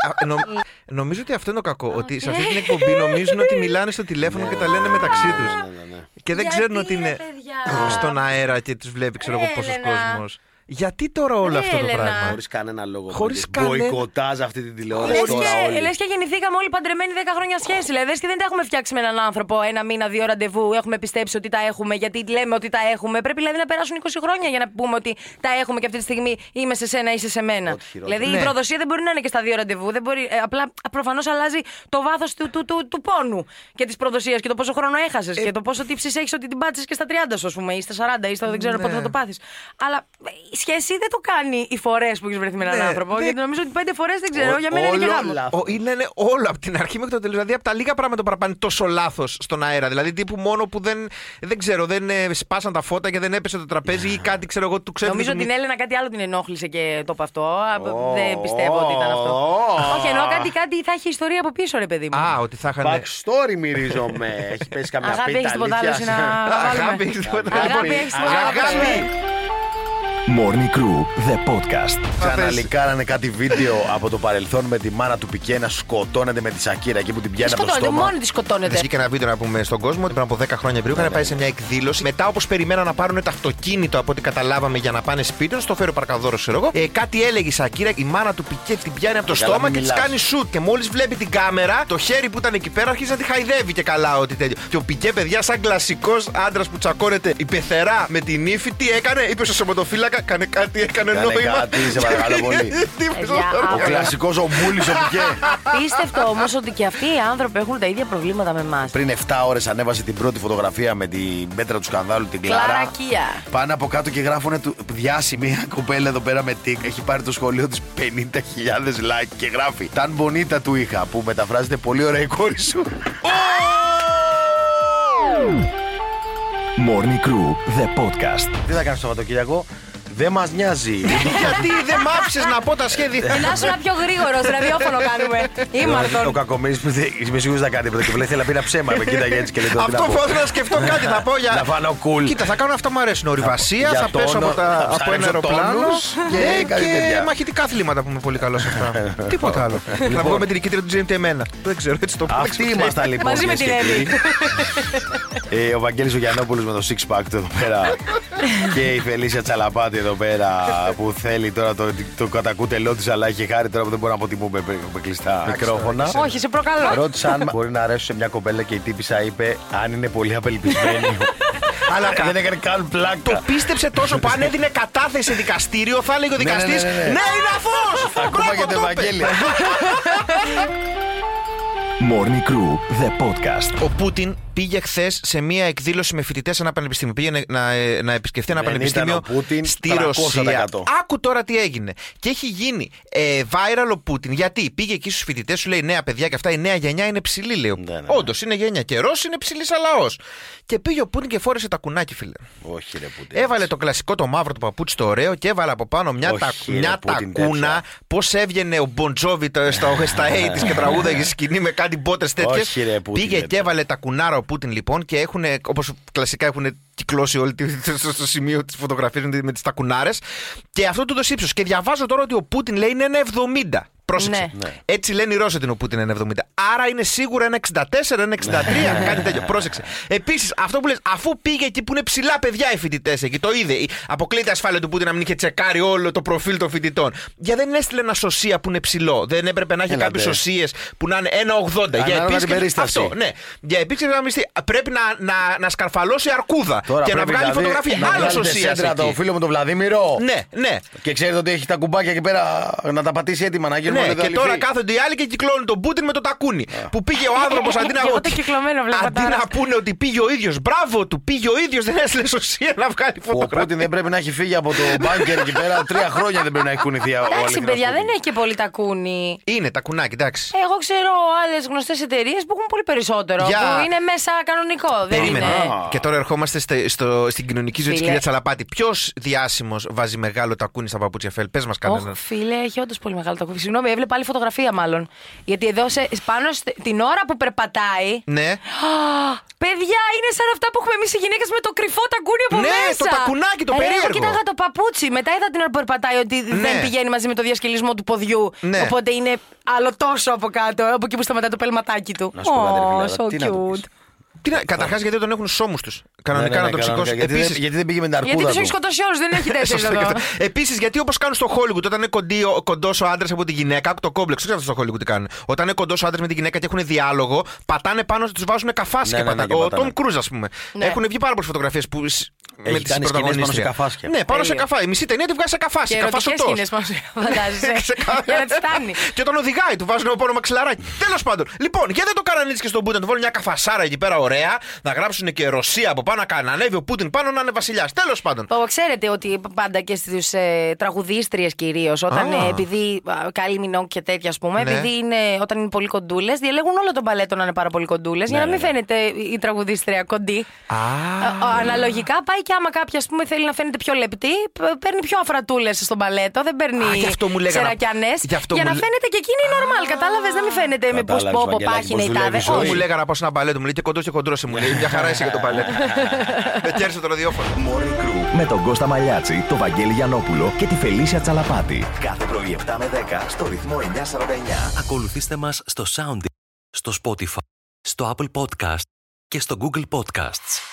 Speaker 3: α, νο- Νομίζω ότι αυτό είναι το κακό Ότι σε αυτή την εκπομπή νομίζουν ότι μιλάνε στο τηλέφωνο Και τα λένε μεταξύ
Speaker 4: Ναι,
Speaker 3: τους Και δεν
Speaker 5: Γιατί,
Speaker 3: ξέρουν ότι
Speaker 5: ρε,
Speaker 3: είναι
Speaker 5: παιδιά?
Speaker 3: στον αέρα Και τους βλέπει ξέρω εγώ πόσος
Speaker 5: Έλενα.
Speaker 3: κόσμος Γιατί τώρα όλο
Speaker 4: Ναι,
Speaker 3: αυτό το
Speaker 4: Έλενα.
Speaker 3: πράγμα.
Speaker 4: Χωρίς κανένα λόγο.
Speaker 3: Χωρίς κανένα.
Speaker 4: Μποϊκοτάζ αυτή την τηλεόραση
Speaker 5: Λες
Speaker 4: τώρα
Speaker 5: και,
Speaker 4: όλοι.
Speaker 5: λες και γεννηθήκαμε όλοι παντρεμένοι 10 χρόνια σχέση. Δηλαδή, λες και δεν τα έχουμε φτιάξει με έναν άνθρωπο ένα μήνα, δύο ραντεβού. Έχουμε πιστέψει ότι τα έχουμε, γιατί λέμε ότι τα έχουμε. Πρέπει δηλαδή να περάσουν 20 χρόνια για να πούμε ότι τα έχουμε και αυτή τη στιγμή είμαι σε σένα, είσαι σε μένα. Δηλαδή, η
Speaker 8: Ναι.
Speaker 5: προδοσία δεν μπορεί να είναι και στα δύο ραντεβού. Δεν μπορεί, ε, απλά προφανώς αλλάζει το βάθος του, του, του, του πόνου και της προδοσίας και το πόσο χρόνο έχασες
Speaker 4: Ε,
Speaker 5: και το πόσο τύψεις έχεις ότι την πάτησες και στα 30 σου, ας πούμε, ή στα 40 ή στα δεν ξέρω
Speaker 3: Ναι.
Speaker 5: πότε θα το πάθεις. Αλλά ε, η σχέση δεν το κάνει οι φορές που έχεις βρεθεί με έναν
Speaker 3: Ναι,
Speaker 5: άνθρωπο.
Speaker 3: δεν-
Speaker 5: Γιατί νομίζω ότι πέντε φορές δεν ξέρω. για μένα είναι και γάμος.
Speaker 3: Ο- είναι, είναι όλο από την αρχή μέχρι το τέλος. Δηλαδή από τα λίγα πράγματα που παραπάνε τόσο λάθος στον αέρα. Δηλαδή τύπου μόνο που δεν, δεν ξέρω, δεν ε, σπάσαν τα φώτα και δεν έπεσε το τραπέζι ή κάτι ξέρω εγώ του ξέρω.
Speaker 5: Νομίζω
Speaker 3: του-
Speaker 5: την Έλενα κάτι άλλο την ενόχλησε και το είπε αυτό. Α, Δεν πιστεύω ότι ήταν αυτό.
Speaker 4: Ω.
Speaker 5: Όχι, εννοώ κάτι, κάτι θα έχει ιστορία από πίσω, ρε παιδί μου.
Speaker 3: Α, ότι θα είχαν.
Speaker 4: Backstory μυρίζομαι. Έχει πέσει καμιά
Speaker 5: Αγάπη,
Speaker 4: πίτα.
Speaker 5: έχεις τίποτα άλλο
Speaker 4: αλήθειας.
Speaker 5: να βάλουμε?
Speaker 4: Αγάπη, έχεις τίποτα
Speaker 5: Αγάπη,
Speaker 4: άλλο.
Speaker 5: έχεις τίποτα άλλο να
Speaker 4: Αγάπη.
Speaker 5: βάλουμε?
Speaker 1: Morning Crew, the podcast.
Speaker 4: Ξαναλικάρανε κάτι βίντεο από το παρελθόν με τη μάνα του Πικέ να σκοτώνεται με τη Σακύρα εκεί που την πιάνει από το
Speaker 5: Σκοτώνεται,
Speaker 4: στόμα.
Speaker 5: μόνη της σκοτώνεται.
Speaker 3: Βγήκε ένα βίντεο να πούμε στον κόσμο ότι πριν από 10 χρόνια περίπου είχαν πάει σε μια εκδήλωση. Μετά, όπως περιμέναν να πάρουν το αυτοκίνητο από ό,τι καταλάβαμε για να πάνε σπίτι τους, στο φέρει ο παρκαδόρος, ξέρω εγώ. Ε, κάτι έλεγε η Σακύρα, η μάνα του πικέ την πιάνει από το
Speaker 4: Καλά,
Speaker 3: στόμα
Speaker 4: μην
Speaker 3: και της
Speaker 4: μιλάς.
Speaker 3: κάνει σουτ. Και μόλις βλέπει την κάμερα, το χέρι που ήταν εκεί πέρα αρχίζει να τη χαϊδεύει και καλά ότι τέτοιο. Και ο πικέ, παιδιά, σαν κλασικός άντρας που τσακώνεται η πεθερά με την ύφη, τι έκανε, είπε στο σωματοφύλακα, κάνε κάτι, έκανε
Speaker 4: Κάνε
Speaker 3: νόημα.
Speaker 4: κάτι,
Speaker 3: *laughs*
Speaker 4: σε παρακαλώ πολύ.
Speaker 5: Παιδιά,
Speaker 4: Ο
Speaker 5: άκουσα.
Speaker 4: κλασικός ο Μπούλης ο Πικέ.
Speaker 5: Πίστευτο όμως ότι και αυτοί οι άνθρωποι έχουν τα ίδια προβλήματα με εμάς.
Speaker 4: Πριν 7 ώρες ανέβασε την πρώτη φωτογραφία με τη μέτρα του σκανδάλου, την Κλαρά.
Speaker 5: Κλαρακία.
Speaker 4: Πάνε από κάτω και γράφουνε του διάσημη μια κοπέλα εδώ πέρα με τικ. Έχει πάρει το σχολείο της 50.000 like και γράφει. Ταν μπονίτα του είχα που μεταφράζεται πολύ ωραία η κόρη σου.
Speaker 1: Morning Crew, the podcast.
Speaker 4: Τι θα κάνεις το Σαββατοκύριακο, δεν μας νοιάζει.
Speaker 3: *laughs*
Speaker 4: Ε,
Speaker 3: Γιατί δεν μ' άφησες να πω τα σχέδια.
Speaker 5: Να σου πιο γρήγορο, ραδιόφωνο κάνουμε.
Speaker 4: Ο
Speaker 5: Ήμαρτον.
Speaker 4: κακομίρι που δεν- είμαι σίγουρος να κάνει τίποτα. Και λέει, θέλει να πει ένα ψέμα. Με κοίταγε έτσι και λέει τώρα τι να
Speaker 3: Αυτό
Speaker 4: πω.
Speaker 3: θέλω να σκεφτώ κάτι, θα πω για.
Speaker 4: Να φάνω cool.
Speaker 3: Κοίτα, θα κάνω αυτά που μου αρέσουν. Ορειβασία,
Speaker 4: Λοιπόν, Για
Speaker 3: θα
Speaker 4: τόνο,
Speaker 3: πέσω από, τα,
Speaker 4: θα
Speaker 3: από ένα
Speaker 4: ψάξω
Speaker 3: αεροπλάνο
Speaker 4: τόνους Ε, και
Speaker 3: ναι,
Speaker 4: κάτι τέτοια.
Speaker 3: μαχητικά αθλήματα που είμαι πολύ καλός
Speaker 4: *laughs*
Speaker 3: σε αυτά.
Speaker 4: Λοιπόν.
Speaker 3: Τίποτα άλλο. Θα βγω με την νικήτρια του Τζέιμτ εμένα. Δεν ξέρω, έτσι το πω.
Speaker 4: Αυτοί ήμασταν λοιπόν.
Speaker 5: Μαζί με
Speaker 4: κυρίες
Speaker 5: την
Speaker 4: και
Speaker 5: Εύη.
Speaker 4: κύριοι. Ε, ο Βαγγέλης ο Γιαννόπουλος με το six pack του εδώ πέρα. και η Φελίσια Τσαλαπάτη εδώ πέρα που θέλει τώρα το, το κατακούτελό της, αλλά έχει χάρη τώρα που δεν μπορώ να αποτιμούμε με, με κλειστά μικρόφωνα.
Speaker 5: Όχι, σε προκαλώ.
Speaker 4: Ρώτησα αν μπορεί να αρέσει σε μια κοπέλα και η τύπησα είπε αν είναι πολύ
Speaker 3: *laughs*
Speaker 4: απελπισμένη.
Speaker 3: Αλλά κα-
Speaker 4: δεν έκανε καν πλάκα.
Speaker 3: το πίστεψε
Speaker 4: *laughs*
Speaker 3: τόσο που αν έδινε κατάθεση σε δικαστήριο, θα έλεγε ο
Speaker 4: Ναι, ναι, ναι,
Speaker 3: δικαστής. Ναι,
Speaker 4: ναι, ναι.
Speaker 3: είναι αφός!
Speaker 4: Ακόμα και το Ευαγγέλιο.
Speaker 1: Morning Crew, the podcast.
Speaker 3: Ο Πούτιν πήγε χθες σε μία εκδήλωση με φοιτητές σε ένα πανεπιστήμιο. Πήγε να, να, ε, να επισκεφτεί ένα
Speaker 4: Δεν
Speaker 3: πανεπιστήμιο
Speaker 4: Ναι, ήταν ο Πούτιν,
Speaker 3: στη
Speaker 4: 300%.
Speaker 3: Ρωσία. Άκου τώρα τι έγινε. Και έχει γίνει ε, viral ο Πούτιν. Γιατί πήγε εκεί στους φοιτητές, σου λέει νέα παιδιά και αυτά, η νέα γενιά είναι ψηλή, λέει.
Speaker 4: Ναι, ναι, ναι.
Speaker 3: Όντως είναι γενιά. Και Ρώσοι είναι ψηλή λαός. Και πήγε ο Πούτιν και φόρεσε τα κουνάκι, φίλε.
Speaker 4: Όχι, ρε Πούτιν.
Speaker 3: Έβαλε το κλασικό το μαύρο του παπούτσι το ωραίο και έβαλε από πάνω μια,
Speaker 4: Όχι,
Speaker 3: τα,
Speaker 4: ρε,
Speaker 3: μια
Speaker 4: Πούτιν,
Speaker 3: τακούνα.
Speaker 4: τέτοια.
Speaker 3: Πώς έβγαινε ο Μποντζόβι το- στα,
Speaker 4: *laughs*
Speaker 3: στα 80's και τραγούδαγε σκηνή με κάτι μπότες
Speaker 4: Όχι, ρε,
Speaker 3: τέτοιε.
Speaker 4: Πούτιν,
Speaker 3: Πήγε
Speaker 4: ρε,
Speaker 3: και έβαλε τα κουνάρα ο Πούτιν λοιπόν και έχουν, όπως κλασικά έχουν κυκλώσει όλοι τη- *laughs* στο, στο σημείο της φωτογραφίας με τις τακουνάρες. Και αυτό του δώσει ύψο. Και διαβάζω τώρα ότι ο Πούτιν λέει είναι ένα 70. Πρόσεξε.
Speaker 5: Ναι.
Speaker 3: Έτσι λένε οι Ρώσοι ότι είναι ο Πούτιν ένα 70. Άρα είναι σίγουρα ένα 64, ένα 63, κάτι τέτοιο. Πρόσεξε. Επίσης, αυτό που λες, αφού πήγε εκεί που είναι ψηλά παιδιά οι φοιτητές εκεί, το είδε. Η- Αποκλείεται η ασφάλεια του Πούτιν να μην είχε τσεκάρει όλο το προφίλ των φοιτητών. Για δεν έστειλε ένα σωσία που είναι ψηλό. Δεν έπρεπε να έχει
Speaker 4: Έλατε.
Speaker 3: κάποιε σωσίες που να είναι 1,80. Για
Speaker 4: Ανάλογα την
Speaker 3: επίσκεψη-
Speaker 4: περίσταση.
Speaker 3: Αυτό, ναι. Για επίσκεψη να μισθεί. Πρέπει να, να, να σκαρφαλώσει αρκούδα
Speaker 4: Τώρα
Speaker 3: και να
Speaker 4: πρέπει
Speaker 3: βγάλει
Speaker 4: δηλαδή
Speaker 3: φωτογραφία.
Speaker 4: να
Speaker 3: Άλλος
Speaker 4: βγάλετε
Speaker 3: σωσία.
Speaker 4: σέντρα το φίλο μου τον Βλαδίμηρο.
Speaker 3: Ναι, ναι.
Speaker 4: Και ξέρετε ότι έχει τα κουμπάκια εκεί πέρα να τα πατήσει έτοιμα να γίνουν
Speaker 3: Ναι,
Speaker 4: όλοι
Speaker 3: και
Speaker 4: δολυφοί.
Speaker 3: τώρα κάθονται οι άλλοι και κυκλώνουν τον Πούτιν με το τακούνι. Που πήγε ο άνθρωπος αντί να
Speaker 5: Ε, Εγώ το κυκλωμένο βλέπω
Speaker 3: Αντί
Speaker 5: τώρα.
Speaker 3: να πούνε ότι πήγε ο ίδιος. Μπράβο του, πήγε ο ίδιος. Δεν έστειλες σωσία να βγάλει
Speaker 4: Που Ο
Speaker 3: φωτογραφία.
Speaker 4: Πούτιν δεν πρέπει να έχει φύγει από το μπάνκερ εκεί
Speaker 3: *laughs*
Speaker 4: πέρα. Τρία χρόνια δεν πρέπει να έχει κουνηθεί ο
Speaker 5: Εντάξει,
Speaker 4: αληθινός
Speaker 5: παιδιά,
Speaker 4: Πούτιν.
Speaker 5: δεν έχει και πολύ τακούνι.
Speaker 3: Είναι τα κουνάκι, εντάξει.
Speaker 5: Εγώ ξέρω άλλες γνωστές εταιρείες που έχουν πολύ περισσότερο.
Speaker 3: Για-
Speaker 5: Που είναι μέσα κανονικό. Δεν
Speaker 3: Ε, Περίμενε.
Speaker 5: είναι.
Speaker 3: Και τώρα ερχόμαστε στε- στο, στην κοινωνική ζωή της
Speaker 5: Φίλε.
Speaker 3: κυρία Τσαλαπάτη. Ποιος διάσημος βάζει μεγάλο τακούνι στα παπούτσια φέλ. Πες μας
Speaker 5: Όχι,
Speaker 3: κανένα.
Speaker 5: φίλε, έχει όντως πολύ μεγάλο τακούνι. Συγγνώμη, έβλεπα πάλι φωτογραφία μάλλον. Γιατί εδώ σε, πάνω στε- την ώρα που περπατάει.
Speaker 3: Ναι.
Speaker 5: Α, παιδιά, είναι σαν αυτά που έχουμε εμείς οι γυναίκες με το κρυφό τακούνι από
Speaker 3: Ναι,
Speaker 5: μέσα. Ε,
Speaker 3: το τακουνάκι, το
Speaker 5: Ρε, Εγώ
Speaker 3: περίεργο.
Speaker 5: κοίταγα το παπούτσι. Μετά είδα την ώρα που περπατάει ότι δεν πηγαίνει μαζί με το διασκελισμό του ποδιού.
Speaker 3: Ναι.
Speaker 5: Οπότε είναι άλλο τόσο από κάτω, από εκεί που σταματάει το πελματάκι του.
Speaker 4: Να σου πω κάτι, ρε
Speaker 5: Ω,
Speaker 4: φίλε, αλλά
Speaker 5: so
Speaker 4: τι να του
Speaker 5: cute.
Speaker 4: πεις.
Speaker 3: Καταρχάς γιατί δεν τον έχουν στους ώμους τους.
Speaker 4: Ναι,
Speaker 3: Κανονικά
Speaker 4: ναι,
Speaker 3: να τον
Speaker 4: ναι, κανονικά.
Speaker 3: σηκώσει.
Speaker 4: Γιατί δεν- γιατί δεν πήγε με την αρκούδα
Speaker 5: Γιατί τους έχει σκοτώσει όλους, δεν έχει τέσσερι εδώ.
Speaker 3: Επίσης, γιατί όπως κάνουν στο Hollywood, όταν είναι κοντός ο άντρας από τη γυναίκα, άκου το κόμπλεξ, ξέρει αυτό στο Hollywood τι κάνουν. Όταν είναι κοντός ο άντρας με τη γυναίκα και έχουν διάλογο, πατάνε πάνω, τους βάζουν καφάσια.
Speaker 4: Ναι,
Speaker 3: και
Speaker 4: ναι, ναι,
Speaker 3: πατάνε.
Speaker 4: και
Speaker 3: ο
Speaker 4: πατάνε.
Speaker 3: Τόμ Κρούζ, ας πούμε.
Speaker 4: Ναι.
Speaker 3: Έχουν βγει πάρα πολλές φωτογραφίες που. σ-
Speaker 4: Έχει
Speaker 3: τις
Speaker 4: κάνει σκηνές πάνω σε
Speaker 3: πρωταγωνίστρια.
Speaker 4: καφάσια.
Speaker 3: Ναι, πάνω σε
Speaker 4: Τέλεια.
Speaker 3: καφά. Η μισή ταινία τη βγάζει σε καφάσια.
Speaker 5: Ε, Και ερωτικές
Speaker 3: καφάσωτός.
Speaker 5: σκηνές πάνω σε
Speaker 3: *laughs*
Speaker 5: φαντάζεσαι. Για να τις φτάνει.
Speaker 3: Και όταν οδηγάει, του βάζουν πάνω μαξιλαράκι. Τέλος πάντων, λοιπόν, γιατί δεν το κάνανε έτσι και στον Πούτιν, να του βάλουν μια καφασάρα εκεί πέρα ωραία, να γράψουν και Ρωσία από πάνω, να κα- να ανέβει ο Πούτιν πάνω να είναι βασιλιάς. Τέλος πάντων.
Speaker 5: Πω, ξέρετε ότι πάντα και στις ε, τραγουδίστριες κυρίως, όταν
Speaker 3: Α.
Speaker 5: ε, επειδή. α, Καλή Μινόγκ και τέτοια, ας πούμε,
Speaker 3: Ναι.
Speaker 5: επειδή είναι, όταν είναι πολύ κοντούλες, διαλέγουν όλο τον παλέτο να είναι πάρα πολύ κοντούλες,
Speaker 3: Ναι,
Speaker 5: για να μην φαίνεται η τραγουδίστρια κοντή. Α, Αναλογικά πάει και άμα κάποια ας πούμε, θέλει να φαίνεται πιο λεπτή, π- παίρνει πιο αφρατούλες στον παλέτο, δεν παίρνει
Speaker 3: Α, γι' αυτό μου λέγανε.
Speaker 5: ξερακιανές,
Speaker 3: Γι' αυτό
Speaker 5: για
Speaker 3: μου
Speaker 5: να
Speaker 3: λέ-
Speaker 5: φαίνεται και εκείνη normal. Κατάλαβες, δεν μην φαίνεται με πώς
Speaker 3: Κατάλαβες,
Speaker 5: πόπο
Speaker 3: Βαγγελάκη,
Speaker 5: πάχινε
Speaker 3: πώς
Speaker 5: η τάδε.
Speaker 3: δουλεύεις, ζωή.
Speaker 5: Όχι.
Speaker 3: Μου λέγανε να πάω σε ένα παλέτο, μου λέει και κοντό και χοντρό μου λέει. Μια χαρά είσαι για το παλέτο. Δεν κέρδισε το ραδιόφωνο.
Speaker 1: Με τον Κώστα Μαλιάτση, τον Βαγγέλη Γιανόπουλο και τη Φελίσια Τσαλαπάτη. Κάθε πρωί 7 με 10 στο ρυθμό 949.
Speaker 15: Ακολουθήστε μας στο Soundist, στο Spotify, στο Apple Podcast και στο Google Podcasts.